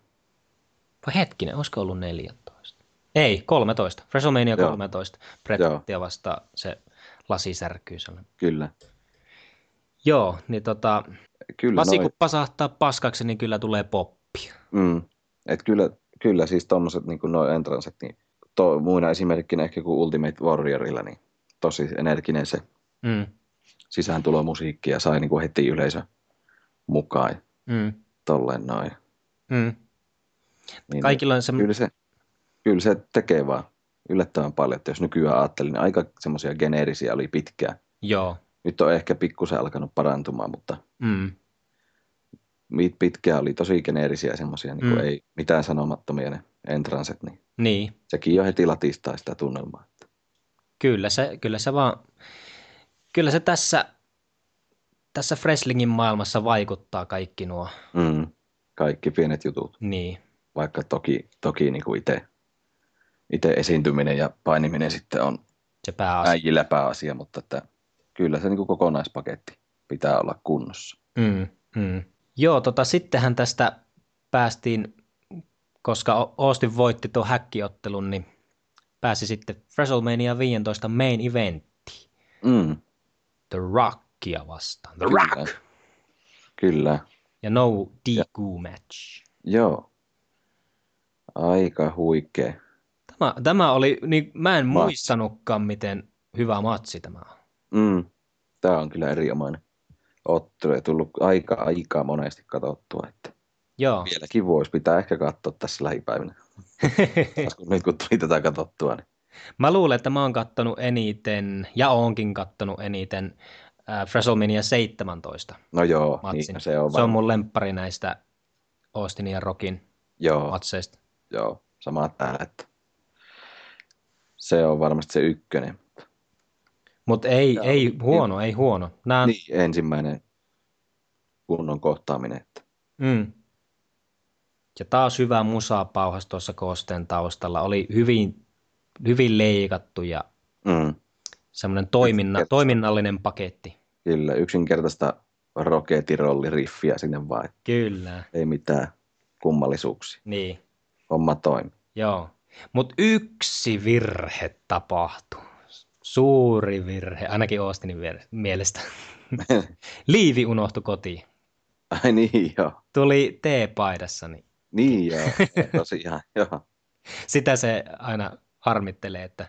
Vai hetkinen, olisiko ollut 14? Ei, 13. Freshelmania
Joo.
13.
Joo.
Brettia vastaan se lasi särkyy sellainen.
kyllä.
Joo, niin tota,
Kyllä
lasi
noi-
kun pasahtaa paskaksi, niin kyllä tulee poppia.
Mm. Et kyllä, kyllä siis tuommoiset niin noin entranset, niin to, muina esimerkkinä ehkä kuin Ultimate Warriorilla, niin tosi energinen se
Mm,
sisääntulomusiikki ja sai niin kuin heti yleisön mukaan ja
mm,
tolleen noin.
mm.
Niin,
Kaikilla on se...
kyllä se, kyllä se tekee vaan yllättävän paljon, että jos nykyään ajattelin, niin aika semmoisia geneerisiä oli pitkään.
Joo.
Nyt on ehkä pikkusen alkanut parantumaan, mutta
Mm,
mit- pitkään oli tosi geneerisiä semmoisia, niin
Mm.
mm. ei mitään sanomattomia ne entranset, niin
niin.
sekin jo heti latistaa sitä tunnelmaa. Että,
Kyllä se, kyllä se vaan, kyllä se tässä, tässä Freslingin maailmassa vaikuttaa kaikki nuo,
mm, kaikki pienet jutut,
niin,
vaikka toki, toki niin kuin itse itse esiintyminen ja painiminen sitten on
se pääasia.
äijillä pääasia, mutta että kyllä se niin kuin kokonaispaketti pitää olla kunnossa.
Mm, mm. Joo, tota, sittenhän tästä päästiin, koska O- Austin voitti tuon häkkiottelun, niin pääsi sitten WrestleMania 15 main eventtiin.
Mm,
The Rockia vastaan. The
kyllä.
Rock!
Kyllä.
Ja no DQ match.
Joo. Aika huikea.
Tämä, tämä oli, niin mä en
Match.
muistanutkaan, miten hyvä matsi tämä on.
Mm. Tämä on kyllä erinomainen ottelu ja tullut aika, aika monesti katsottua. Että
Joo.
vieläkin voisi pitää ehkä katsoa tässä lähipäivinä. Taas kun nyt kun tuli tätä katsottua, niin
Mä luulen, että mä oon kattonut eniten, ja oonkin kattonut eniten, äh, Fresomania 17
no joo,
matsin.
niin, se on,
se on
varma-
mun lemppari näistä Austin ja Rockin
joo,
matseista.
joo, sama täällä, että se on varmasti se ykkönen.
Mutta ei,
Joo.
ei huono, ei huono. Nää, niin.
Niin, ensimmäinen kunnon kohtaaminen. Että.
mm. Ja taas hyvä musaa pauhas tuossa koosteen taustalla. Oli hyvin hyvin leikattu ja
Mm.
semmoinen toiminna,
Yksinkertaista.
toiminnallinen paketti.
Kyllä, yksinkertaista roketirolliriffiä sinne vaan.
Kyllä,
Ei mitään kummallisuuksia.
niin,
Homma toimii.
joo. Mutta yksi virhe tapahtui. Suuri virhe, ainakin Oostinin vie- mielestä. Liivi unohtui kotiin.
Ai niin joo.
Tuli T-paidassani.
Niin joo. Tosiaan, joo.
Sitä se aina harmittelee, että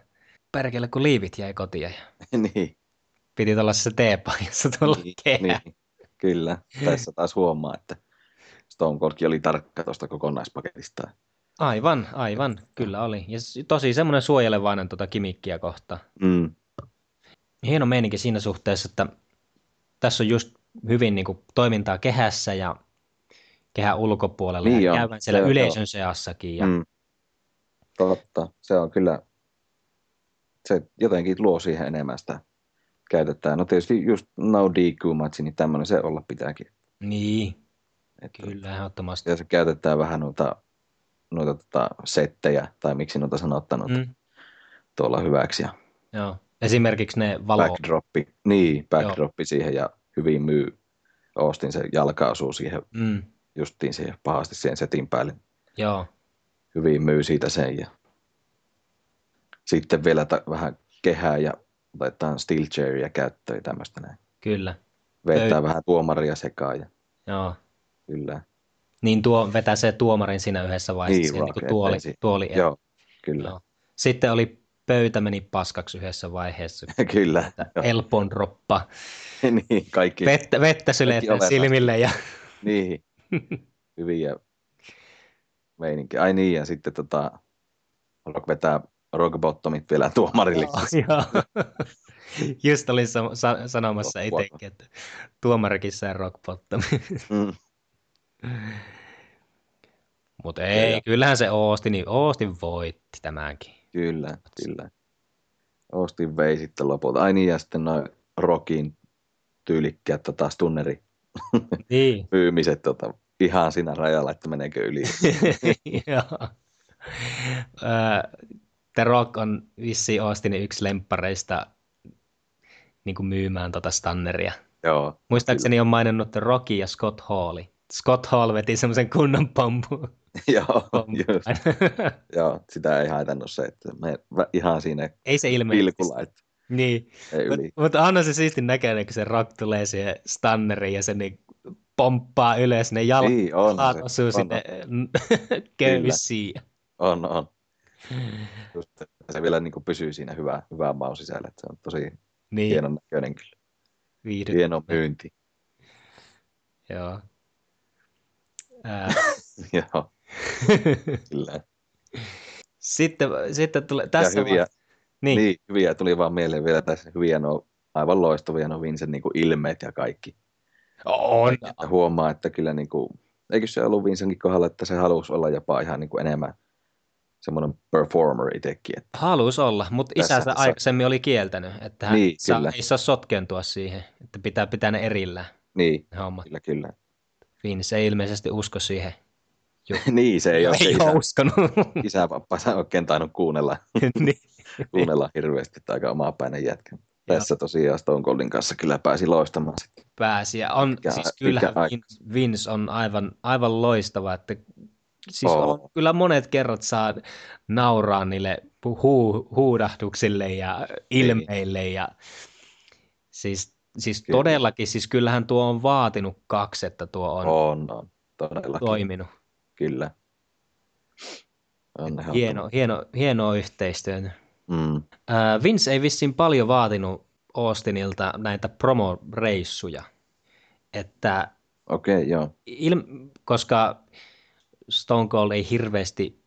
perkele kun liivit jäi kotiin ja
niin,
piti olla se T-paidassa tuolla
niin,
kehä.
niin. Kyllä. Tässä taas huomaa, että Stone Coldkin oli tarkka tuosta kokonaispaketista.
Aivan, aivan, kyllä oli. Ja s- tosi semmoinen suojelevainen tuota kimikkiä kohtaan.
Mm.
hieno meininki siinä suhteessa, että tässä on just hyvin niin kuin, toimintaa kehässä ja kehän ulkopuolella
Niin
ja
on,
käydään siellä
se on,
yleisön seassakin. Ja, mm.
Mm. Totta. Se on kyllä, se jotenkin luo siihen enemmän sitä käytetään. No tietysti just no DQ-matsi, niin tämmöinen se olla pitääkin.
Niin,
Että
kyllä ehdottomasti.
ja se käytetään vähän noita, noita tota, settejä, tai miksi noita sanottanut mm.
Mm,
tuolla hyväksi. Ja
joo. Esimerkiksi ne valo,
backdroppi, niin, backdroppi siihen ja hyvin myy Austin se jalka osuu siihen
mm,
justiin siihen pahasti siihen setin päälle.
joo,
Hyvin myy siitä sen ja sitten vielä ta- vähän kehää ja otetaan steel chairia käyttöön ja tämmöistä näin.
kyllä,
Vetää
Ei.
vähän tuomaria sekaan ja
joo.
kyllä.
Niin tuo, vetää se tuomarin siinä yhdessä vaiheessa,
Niin
niin, siihen, niin
vaan,
kuin
ettei
tuoli,
si-
tuoli
Yeah. Joo, kyllä.
Joo. Sitten oli pöytä meni paskaksi yhdessä vaiheessa,
kyllä. Joo.
elpon droppa,
niin, kaikki.
vettä, vettä syletään
olennaista.
silmille ja
Niin. Hyviä meininkiä. Ai niin, ja sitten tota, Rock vetää rock bottomit vielä tuomarille.
Joo. Just olin sa- sa- sanomassa
Loppua.
itsekin, että tuomarikin sai rockpotta.
Mm.
Mutta ei,
Joo.
kyllähän se Oosti, niin Oosti voitti tämänkin.
Kyllä, kyllä. Austin vei sitten lopulta. Ai niin, ja sitten noin Rockin tyylikkäät tota, stunneri
Niin.
myymiset tota, ihan siinä rajalla, että meneekö yli.
Joo. Ö, The Rock on vissiin Oostinin yksi lemppareista niin kuin myymään tota Stanneria.
Joo,
Muistaakseni on maininnut The Rocky ja Scott Halli. Scott Hall veti semmoisen kunnon pampun.
joo, just, joo, sitä ei haitannut se, että me vä- ihan siinä
ei se ilmeisesti.
pilkulla, että
Niin.
ei yli.
Mutta mut anna se siisti näköinen, kun se rock tulee siihen stanneriin ja se niin pomppaa ylös, ne jalat
Niin, on
jalat
se,
osuu
on.
sinne mm, köysiin.
On, on. Just, että se vielä niin kuin pysyy siinä hyvää, hyvää maun sisällä. Että se on tosi
Niin, Hieno.
hienon näköinen kyllä.
viihdyt.
Hieno myynti.
Joo. Ää,
Joo, kyllä.
sitten, sitten tulee
Ja
tässä
hyviä,
vaiheessa- niin,
niin.
niin.
niin, hyviä. Tuli vaan mieleen vielä tässä hyviä no, aivan loistavia no Vincent niin kuin ilmeet ja kaikki.
on.
Ja huomaa, että kyllä niin kuin, eikö se ollut Vincentin kohdalla, että se halusi olla jopa ihan niin kuin enemmän semmoinen performer itsekin. Että,
Halus olla, mutta
Tässä-
isänsä
tässä-
aikaisemmin oli kieltänyt, että hän
Niin,
saa,
kyllä.
ei saa sotkentua siihen, että pitää pitää ne erillään
niin,
ne hommat.
kyllä, kyllä.
Vince ei ilmeisesti usko siihen.
niin, se ei ole se
ei ole
isä,
uskonut.
isä pappansa oikein tainnut kuunnella
niin.
kuunnella hirveästi, että aika omapäinen jätkä. Tässä tosiaan Stone Coldin kanssa kyllä pääsi loistamaan sitten.
pääsi. Ja on, mikä,
Mikä-
siis kyllähän
mikä aika.
Vince, Vince on aivan, aivan loistava, että siis
Oo.
on, kyllä monet kerrat saa nauraa niille huu, huudahduksille ja
Niin.
ilmeille ja siis, siis
Kyllä.
todellakin, siis kyllähän tuo on vaatinut kaksi, että tuo on
On, on. Todellakin,
toiminut.
kyllä. On ihan-
Hieno, hieno, hienoa yhteistyötä.
Mm,
Ää, Vince ei vissiin paljon vaatinut Austinilta näitä promoreissuja, että
Okei, okay, joo.
il, koska Stone Cold ei hirveästi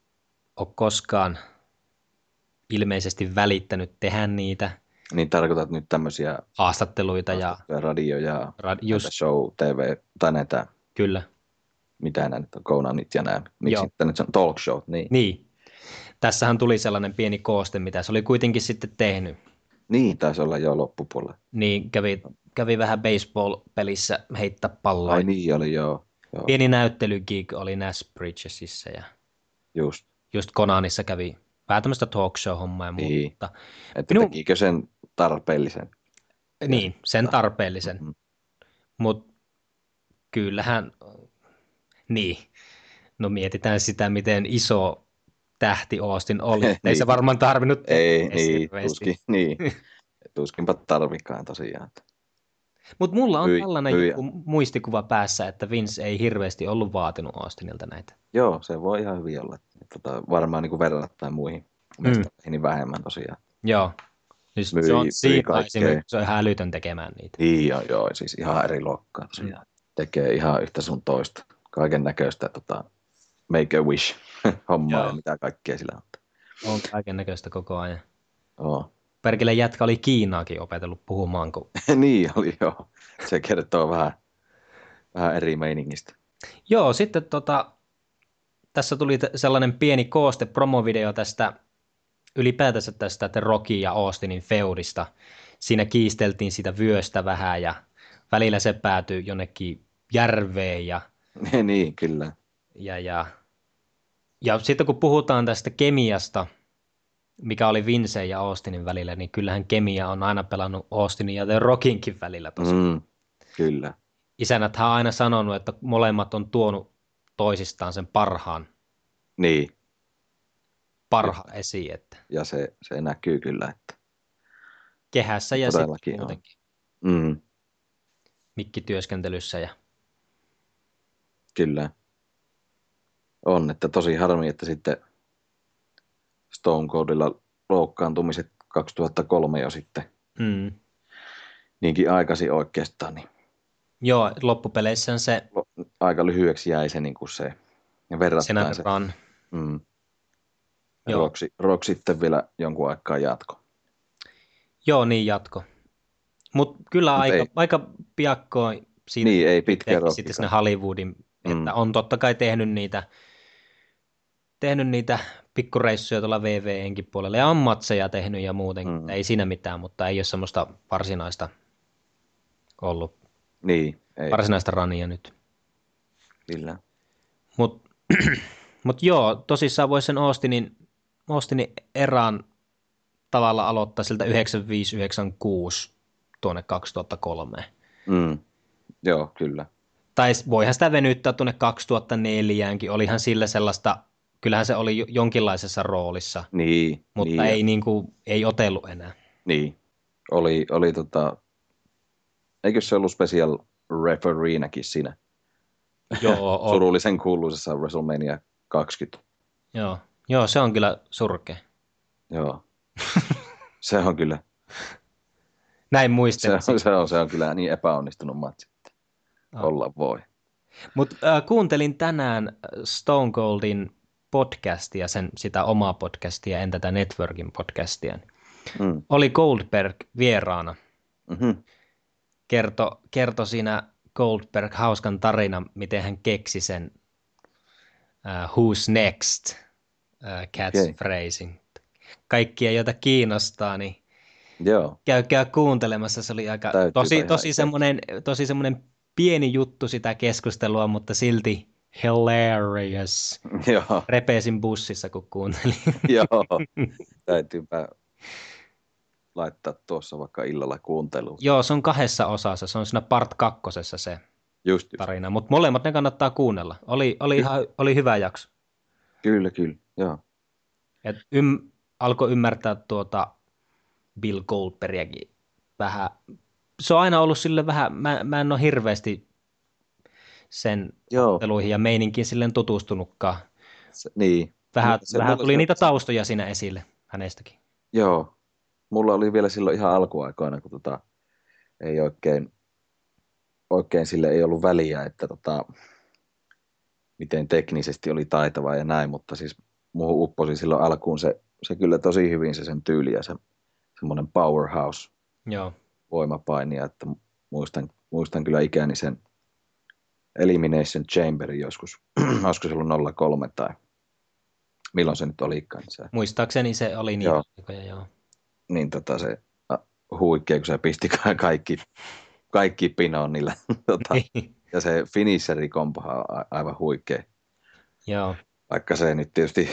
ole koskaan ilmeisesti välittänyt tehdä niitä
Niin tarkoitat nyt tämmöisiä
haastatteluita ja
radioja,
ra-
Just.
just
show, TV, tai näitä,
kyllä.
mitä nämä nyt on, Conanit ja nämä, miksi
Joo.
niitä nyt on, talk showt, niin.
Niin. Tässähän tuli sellainen pieni kooste, mitä se oli kuitenkin sitten tehnyt.
Niin taisi olla jo loppupuolella.
Niin kävi, kävi vähän baseball-pelissä heittää palloa.
Ai niin oli, joo. joo
Pieni näyttelygig oli Nash Bridgesissa ja
just.
just Konanissa kävi vähän tämmöistä talk show-hommaa ja muuta.
Niin.
Mutta,
Että
Minun-
tekikö sen tarpeellisen?
niin, sen tarpeellisen.
Mm.
Mutta kyllähän, niin, no mietitään sitä, miten iso tähti Austin oli. Ei
Niin.
se varmaan tarvinnut
Ei,
edes
niin,
hirveästi.
tuskin, niin. Tuskinpa tarvikaan tosiaan.
Mutta mulla on
Hyi,
tällainen
hyi.
joku muistikuva päässä, että Vince ei hirveästi ollut vaatinut Austinilta näitä.
Joo, se voi ihan hyvin olla. Tota, varmaan niin kuin verrattuna muihin
Mm.
mestareihin, niin vähemmän tosiaan.
Joo. Siis
Myi-
se on
myi
siinä
kaikkea.
esimerkiksi, se on ihan älytön tekemään niitä.
Niin joo, joo, siis ihan eri luokkaa tosiaan. Tekee ihan yhtä sun toista. Kaiken näköistä tota, make a wish hommaa
Joo.
ja mitä kaikkea sillä on.
On kaiken näköistä koko ajan.
Joo.
Perkele jätkä oli Kiinaakin opetellut puhumaan. Kun...
niin oli joo. Se kertoo vähän, vähän eri meiningistä.
Joo, sitten tota, tässä tuli t- sellainen pieni kooste promovideo tästä ylipäätänsä tästä The Rockin ja Austinin feudista. Siinä kiisteltiin sitä vyöstä vähän ja välillä se päätyi jonnekin järveen ja
niin, kyllä.
Ja, ja, ja sitten kun puhutaan tästä kemiasta, mikä oli Vincen ja Austinin välillä, niin kyllähän kemia on aina pelannut Austinin ja The Rockinkin välillä tosi. Mm.
Mm, kyllä.
Isännäthän on aina sanonut, että molemmat on tuonut toisistaan sen parhaan,
Niin,
parhaan esiin, että
ja se, se näkyy kyllä, että
kehässä ja sitten
Todellakin on.
muutenkin
mm,
mikkityöskentelyssä. Ja,
kyllä. On, että tosi harmi, että sitten Stone Coldilla loukkaantumiset 2003 jo sitten
mm.
niinkin aikaisin oikeastaan, niin
Joo, loppupeleissään se
aika lyhyeksi jäi se, niin kuin se verrattain se.
sen run.
Mm.
Joo.
Roksi, Rock sitten vielä jonkun aikaa jatko.
Joo, niin jatko. Mutta kyllä
Mut
aika,
ei.
aika piakkoin siitä
Niin, ei pitkä
teki
Rock.
sitten sinne Hollywoodin,
Mm.
että on totta kai tehnyt niitä, tehnyt niitä pikkureissuja tuolla VVNkin puolella ja on matseja tehnyt ja muutenkin,
Mm.
mm. ei siinä mitään, mutta ei ole semmoista varsinaista ollut,
Niin, ei,
varsinaista rania nyt.
kyllä.
Mutta mut joo, tosissaan voisi sen Austinin, Austinin erään tavalla aloittaa siltä 95-96 tuonne 2003.
Mm. Joo, kyllä.
tai voihan sitä venyttää tuonne 2004kin, olihan sillä sellaista, kyllähän se oli jo- jonkinlaisessa roolissa,
Niin,
mutta
niin,
ei, niin kuin, ei otellut enää.
Niin. Oli, oli tota... Eikö se ollut special refereenäkin siinä
Joo,
oh.
on,
surullisen kuuluisessa WrestleMania 20?
joo, joo, se on kyllä surke.
Joo. se on kyllä,
Näin
se
muistan.
on, se on, se on kyllä niin epäonnistunut matsi.
Oh.
Oh. Olla voi.
Mutta äh, kuuntelin tänään äh, Stone Coldin podcastia, sen, sitä omaa podcastia, en tätä Networkin podcastia.
Mm.
Oli Goldberg vieraana.
Mm-hmm.
kerto, kerto siinä Goldberg hauskan tarinan, miten hän keksi sen uh, Who's Next uh, catchphrasing. Kaikkia, joita kiinnostaa, niin
Joo,
käykää kuuntelemassa. Se oli aika
Täytyypä
tosi,
ihan
tosi,
itse.
semmoinen, tosi semmoinen pieni juttu sitä keskustelua, mutta silti hilarious.
joo,
Repesin bussissa, kun kuuntelin.
joo. Täytyypä laittaa tuossa vaikka illalla kuunteluun.
Joo, se on kahdessa osassa. Se on siinä part kakkosessa se
Just, just.
tarina, mutta molemmat ne kannattaa kuunnella. Oli, oli, ihan, oli hyvä jakso.
Kyllä, kyllä. Joo.
Et ym, alkoi ymmärtää tuota Bill Goldbergiäkin vähän. Se on aina ollut sille vähän, mä, mä en ole hirveästi sen
Joo,
otteluihin ja meininkiin silleen tutustunutkaan.
se, niin.
Vähän,
Se- se
vähän
mulla
tuli
se-
niitä taustoja siinä esille hänestäkin.
Joo. Mulla oli vielä silloin ihan alkuaikoina, kun tota, ei oikein, oikein sille ei ollut väliä, että tota, miten teknisesti oli taitava ja näin, mutta siis muuhun upposi silloin alkuun se, se kyllä tosi hyvin se sen tyyli ja se, semmoinen powerhouse
Joo,
voimapainia, että muistan, muistan kyllä ikäni sen Elimination Chamberin joskus, olisiko se ollut 03 tai milloin se nyt olikaan, niin se
muistaakseni se oli niin
Joo.
aikoja, joo.
niin tota se a, huikea, kun se pisti ka- kaikki, kaikki pinoon niillä. Tota,
Niin.
ja se finisherikompohan on a- aivan huikea.
joo,
Vaikka se nyt tietysti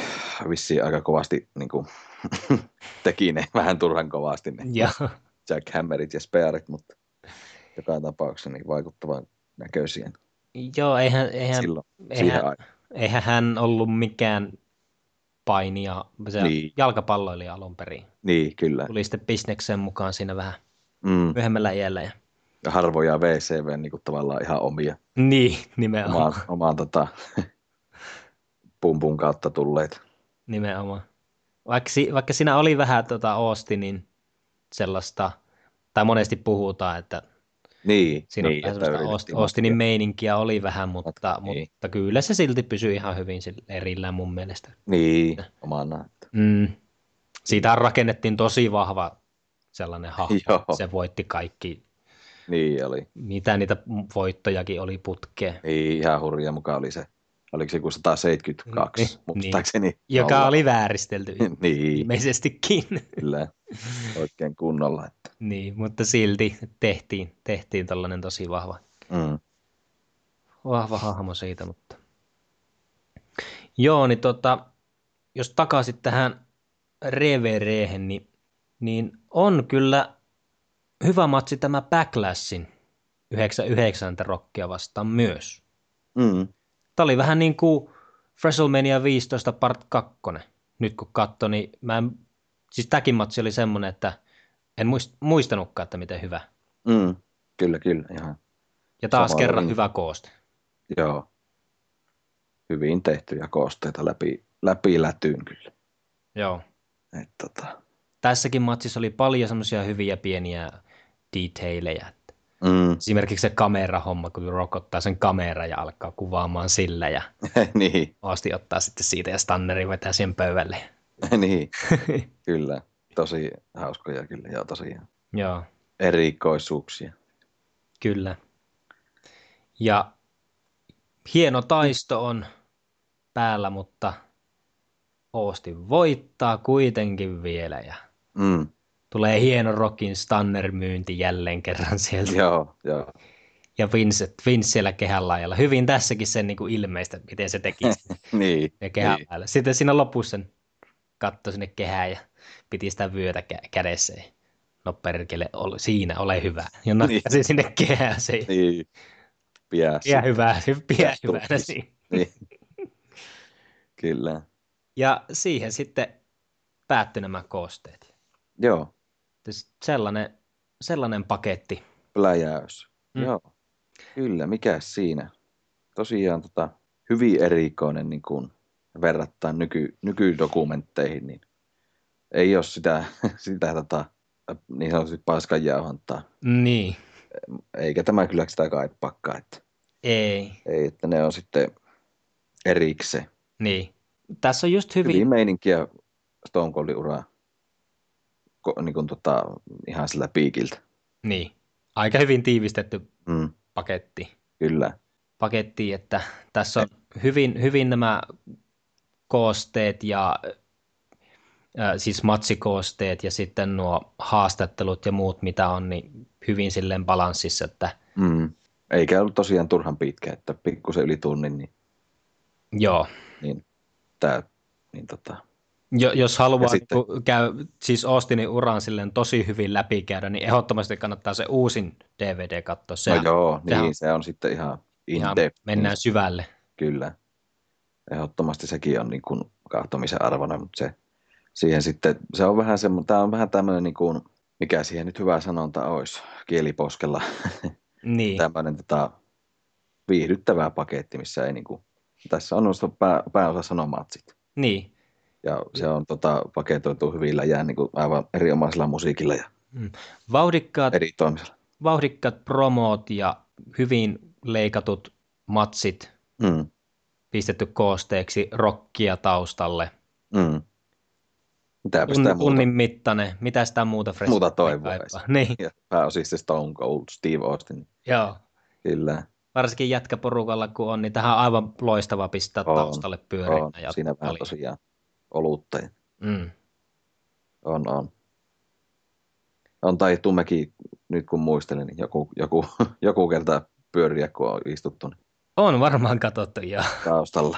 vissiin aika kovasti niin kuin, teki ne vähän turhan kovasti ne
Ja,
Jack Hammerit ja Spearit, mutta joka tapauksessa niin vaikuttavan näköisiä
joo, eihän, eihän,
silloin.
eihän,
siihen aikaan.
eihän hän ollut mikään painija, se niin.
Niin.
jalkapalloilija alun perin.
Niin, kyllä.
Tuli sitten bisneksen mukaan siinä vähän
Mm.
myöhemmällä iällä. Ja...
Ja harvoja VCV niin kuin tavallaan ihan omia,
Niin, nimenomaan.
omaan, omaan tota, pumpun kautta tulleet.
Nimenomaan. Vaikka, si- vaikka siinä oli vähän tota Austinin sellaista, tai monesti puhutaan, että
Niin,
siinä
niin,
niin, vähän
että
sellaista
yritettiin
Aust- Austinin meininkiä oli vähän, mutta,
Niin.
mutta kyllä se silti pysyy ihan hyvin sille- erillään mun mielestä.
Niin, omana. että-
Mm. Siitä rakennettiin tosi vahva sellainen hahmo.
Niin. Joo.
Ah, Se voitti kaikki,
Niin oli.
mitä niitä voittojakin oli putkeen.
Niin, ihan hurja mukaan oli se. Oliko se joku 172,
Niin,
niin, muistaakseni?
Joka
Olla.
oli vääristelty
niin,
ilmeisestikin.
kyllä. Oikein kunnolla. Että.
niin, mutta silti tehtiin, tehtiin tällainen tosi vahva
Mm.
vahva hahmo siitä, mutta... Joo, niin tota, jos takaisin tähän Revereen, niin, niin on kyllä hyvä matsi tämä Backlashin 99 rokkia vastaan myös.
Mm.
Tämä oli vähän niin kuin WrestleMania 15 part 2. Nyt kun katsoin, niin mä en, siis tämäkin matsi oli semmoinen, että en muist, muistanutkaan, että miten hyvä.
Mm. Kyllä, kyllä, ihan.
Ja taas
Samalla
kerran
rin-
hyvä kooste.
Joo. Hyvin tehtyjä koosteita läpi, läpi lätyyn kyllä.
Joo.
Et, tota.
tässäkin matsissa oli paljon semmoisia hyviä pieniä detaileja. Että
mm.
Esimerkiksi se kamerahomma, kun Rock ottaa sen kamera ja alkaa kuvaamaan sillä ja
niin,
Osti ottaa sitten siitä ja Stanneri vetää sen pöydälle.
niin. kyllä. Tosi hauskoja kyllä ja tosiaan
Joo,
erikoisuuksia.
kyllä. Ja hieno taisto on päällä, mutta Oosti voittaa kuitenkin vielä ja
Mm.
tulee hieno Rockin Stanner-myynti jälleen kerran sieltä.
Joo, joo.
ja Vince, Vince siellä kehän laajalla. Hyvin tässäkin sen niin kuin ilmeistä, miten se teki
Niin,
ja kehän
Niin.
lailla. Sitten siinä lopussa sen katsoi sinne kehään ja piti sitä vyötä kä- kädessä. No perkele, ole, siinä, ole hyvä. Ja nakkasi sinne kehään se. Niin.
niin. Piäs.
Pidä hyvää, pidä
Pitäisi
hyvää.
tuppis.
Niin.
Niin. Kyllä.
Ja siihen sitten päättyi nämä koosteet.
Joo,
Siis Sellainen, sellainen paketti.
pläjäys.
Mm.
Mm. Joo. Kyllä, mikä siinä? Tosiaan tota, hyvin erikoinen niin kun verrattuna nyky, nykydokumentteihin, niin ei ole sitä, sitä tota, niin sanotusti paskanjauhantaa.
Niin,
Eikä tämä kyllä sitä kaipaakaan. Että,
ei,
ei, että ne on sitten erikseen.
niin. Tässä on just hyvin,
Hyvin meininkiä Stone Coldin uraa Ko, niin kun, tota, ihan sillä piikiltä.
niin, aika hyvin tiivistetty
Mm,
paketti.
kyllä.
pakettiin, että tässä on hyvin, hyvin nämä koosteet ja äh, siis matsikoosteet ja sitten nuo haastattelut ja muut, mitä on, niin hyvin silleen balanssissa, että
Mm. Eikä ollut tosiaan turhan pitkä, että pikkusen yli tunnin, niin,
joo.
niin, tää, niin tota,
Jo, jos haluaa
Ja
sitten...
sitten-
niin käy, siis Austinin uran silleen tosi hyvin läpikäydä, niin ehdottomasti kannattaa se uusin DVD katsoa. Se
no joo,
sehän-
niin se on sitten ihan in
ihan
depth,
mennään
niin,
syvälle.
kyllä. Ehdottomasti sekin on niin kuin kahtomisen arvona, mutta se, siihen sitten, se on vähän semmoinen, tämä on vähän tämmöinen niin kuin, mikä siihen nyt hyvä sanonta olisi kieliposkella,
Niin,
tämmöinen tota, viihdyttävä paketti, missä ei niin kuin, tässä on noista pää, pääosa sanomatsit.
niin.
Ja se on tota, paketoitu hyvillä jää niin kuin aivan erinomaisella musiikilla ja
Mm. Vauhdikkaat
eri toimisella.
vauhdikkaat promoot ja hyvin leikatut matsit
Mm,
pistetty koosteeksi rockia taustalle.
mm. Mitäpä sitä
Tunnin,
muuta,
tunnin mittainen. Mitä sitä muuta fresh
muuta toivoa.
Niin,
Ja pääosin se Stone Cold Steve Austin.
joo.
Kyllä,
Varsinkin jätkäporukalla kun on, niin tähän on aivan loistava pistää
On,
taustalle pyörimään.
on.
ja
Siinä vähän
paljon.
tosiaan olutta. ja-
Mm.
On, on. On taittu mekin, nyt kun muistelen, niin joku, joku, joku kerta pyöriä, kun on istuttu niin
On varmaan katsottu, joo.
taustalla.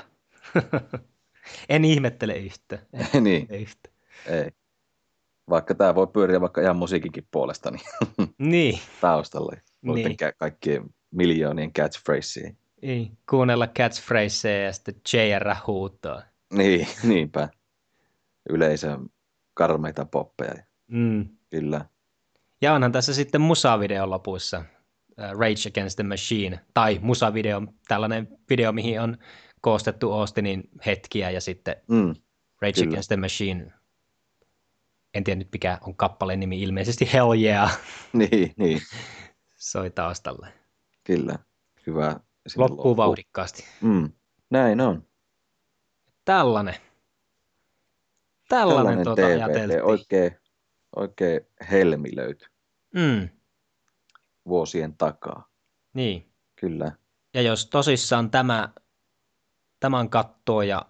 En ihmettele yhtä. En
niin,
yhtä.
ei. Vaikka tämä voi pyöriä vaikka ihan musiikinkin puolesta niin
Niin,
taustalle. Muuten
Niin.
niin. kaikkien miljoonien catchphraseen.
ei. kuunnella catchphraseja ja sitten JR huutoa.
Niin, niinpä. Yleisön karmeita poppeja.
Mm.
Kyllä.
Ja onhan tässä sitten musavideon lopussa äh, Rage Against the Machine, tai musavideo, tällainen video, mihin on koostettu Austinin hetkiä ja sitten
Mm.
Rage
Kyllä.
Against the Machine, en tiedä nyt mikä on kappaleen nimi, ilmeisesti Hell Yeah
Niin, niin,
soi taustalle.
kyllä. Hyvä. sinne
Loppuu vauhdikkaasti.
Mm. Näin on.
Tällainen. Tällainen,
Tällainen
tuota
TVT.
ajateltiin.
Oikein, oikein helmi löytyi
Mm,
vuosien takaa.
niin.
Kyllä.
Ja jos tosissaan tämä, tämän kattoo ja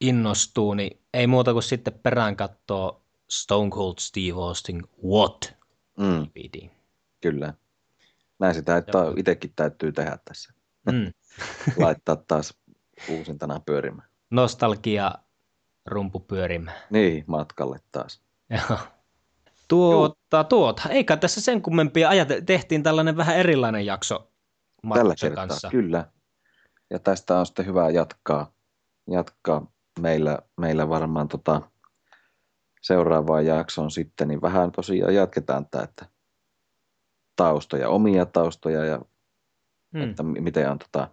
innostuu, niin ei muuta kuin sitten perään kattoo Stone Cold Steve Austin What
Mm,
DVD.
kyllä. Näin se täyttää,
Joo.
itsekin täytyy tehdä tässä.
Mm.
Laittaa taas uusintana pyörimään.
Nostalgia rumpu pyörimään.
Niin, matkalle taas.
Joo. Tuota, tuota. Eikä tässä sen kummempia ajate. Tehtiin tällainen vähän erilainen jakso
Tällä
Markuksen
kertaa,
kanssa.
kyllä. Ja tästä on sitten hyvä jatkaa, jatkaa meillä, meillä varmaan tota seuraavaan jaksoon sitten, niin vähän tosiaan jatketaan tätä taustoja, omia taustoja ja
Mm.
että mi- miten on tota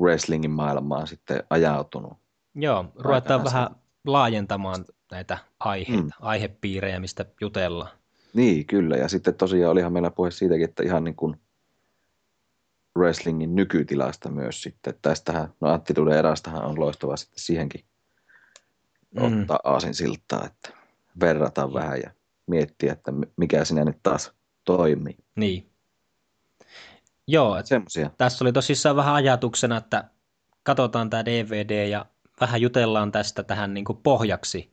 wrestlingin maailmaan sitten ajautunut.
Joo, ruvetaan
aikanaan se-
vähän laajentamaan näitä aiheita,
Mm.
aihepiirejä, mistä jutellaan.
Niin, kyllä. Ja sitten tosiaan olihan meillä puhe siitäkin, että ihan niin kuin wrestlingin nykytilasta myös sitten. Tästähän, no Attitude Erastahan on loistava sitten siihenkin
Mm.
ottaa aasinsiltaa, että verrata vähän ja miettiä, että mi- mikä sinä nyt taas toimii.
Niin. Joo, et
Semmoisia.
tässä oli tosissaan vähän ajatuksena, että katsotaan tämä DVD ja vähän jutellaan tästä tähän niin kuin pohjaksi.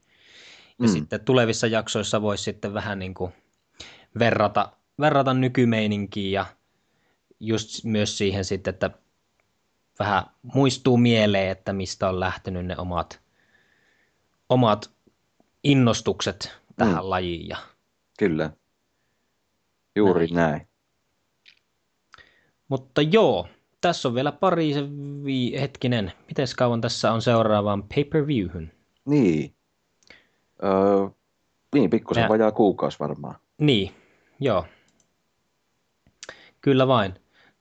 Ja
Mm.
sitten tulevissa jaksoissa voisi sitten vähän niin kuin verrata, verrata nykymeininkiin ja just myös siihen sitten, että vähän muistuu mieleen, että mistä on lähtenyt ne omat, omat innostukset tähän mm. lajiin. Ja
Kyllä. Juuri näin. näin.
Mutta joo, tässä on vielä pari se vi- hetkinen. Mites kauan tässä on seuraavaan pay-per-viewhyn?
Niin. Öö, niin, pikkusen
Nä-
vajaa kuukausi varmaan.
Niin, joo. Kyllä vain.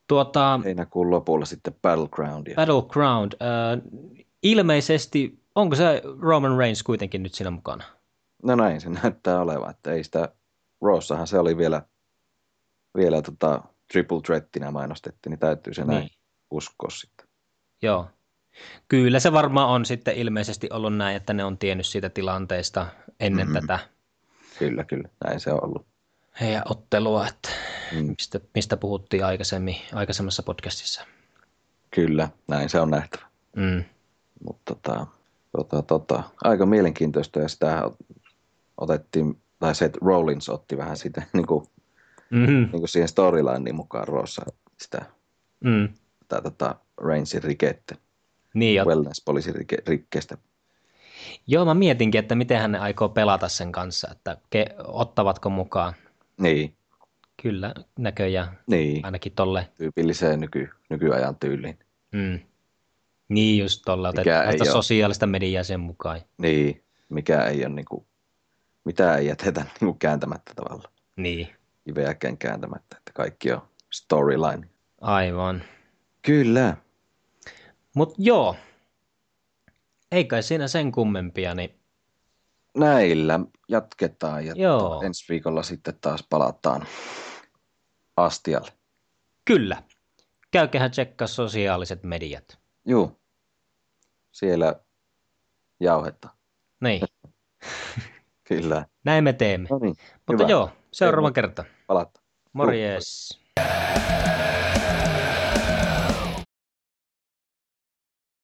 Tuota,
Heinäkuun lopulla sitten Battlegroundia.
Battleground, äh, ilmeisesti, onko se Roman Reigns kuitenkin nyt siinä mukana?
No näin se näyttää olevan, että ei sitä, Rawssahan se oli vielä, vielä tota, triple threattinä mainostettiin, niin täytyy se näin
Niin.
uskoa sitten.
Joo. Kyllä se varmaan on sitten ilmeisesti ollut näin, että ne on tiennyt siitä tilanteesta ennen mm.
Mm.
tätä
Kyllä, kyllä, näin se on ollut.
heidän ottelua, että
Mm,
mistä, mistä puhuttiin aikaisemmin, aikaisemmassa podcastissa.
kyllä, näin se on nähtävä.
Mm.
Mutta tota, tota, tota, aika mielenkiintoista ja sitä otettiin, tai se, että Rollins otti vähän sitä niin kuin,
Mm-hmm.
niin kuin siihen storylineen mukaan Rawssa sitä,
Mm.
sitä tota, Rainsin rikettä,
Niin, ja
wellness poliisin rike, rikkeestä.
Joo, mä mietinkin, että miten ne aikoo pelata sen kanssa, että ke, ottavatko mukaan.
Niin,
Kyllä, näköjään,
niin.
ainakin tolle.
tyypilliseen nyky, nykyajan tyyliin.
Mm. Niin just tolle,
Mikä
otetaan
ei
sitä
oo.
sosiaalista mediaa sen mukaan.
Niin, mikä ei ole niinku, mitä ei jätetä niinku kääntämättä tavallaan,
Niin,
kiveäkään kääntämättä, että kaikki on storyline.
aivan.
Kyllä,
Mut joo, ei kai siinä sen kummempia, niin
näillä jatketaan ja
Joo.
tota, ensi viikolla sitten taas palataan astialle.
kyllä. Käykähän tsekkaa sosiaaliset mediat.
Juu, siellä jauhetta,
Niin,
kyllä.
näin me teemme.
No niin,
Mutta
hyvä.
joo, seuraava kerta.
Palataan.
Morjes.
Joo.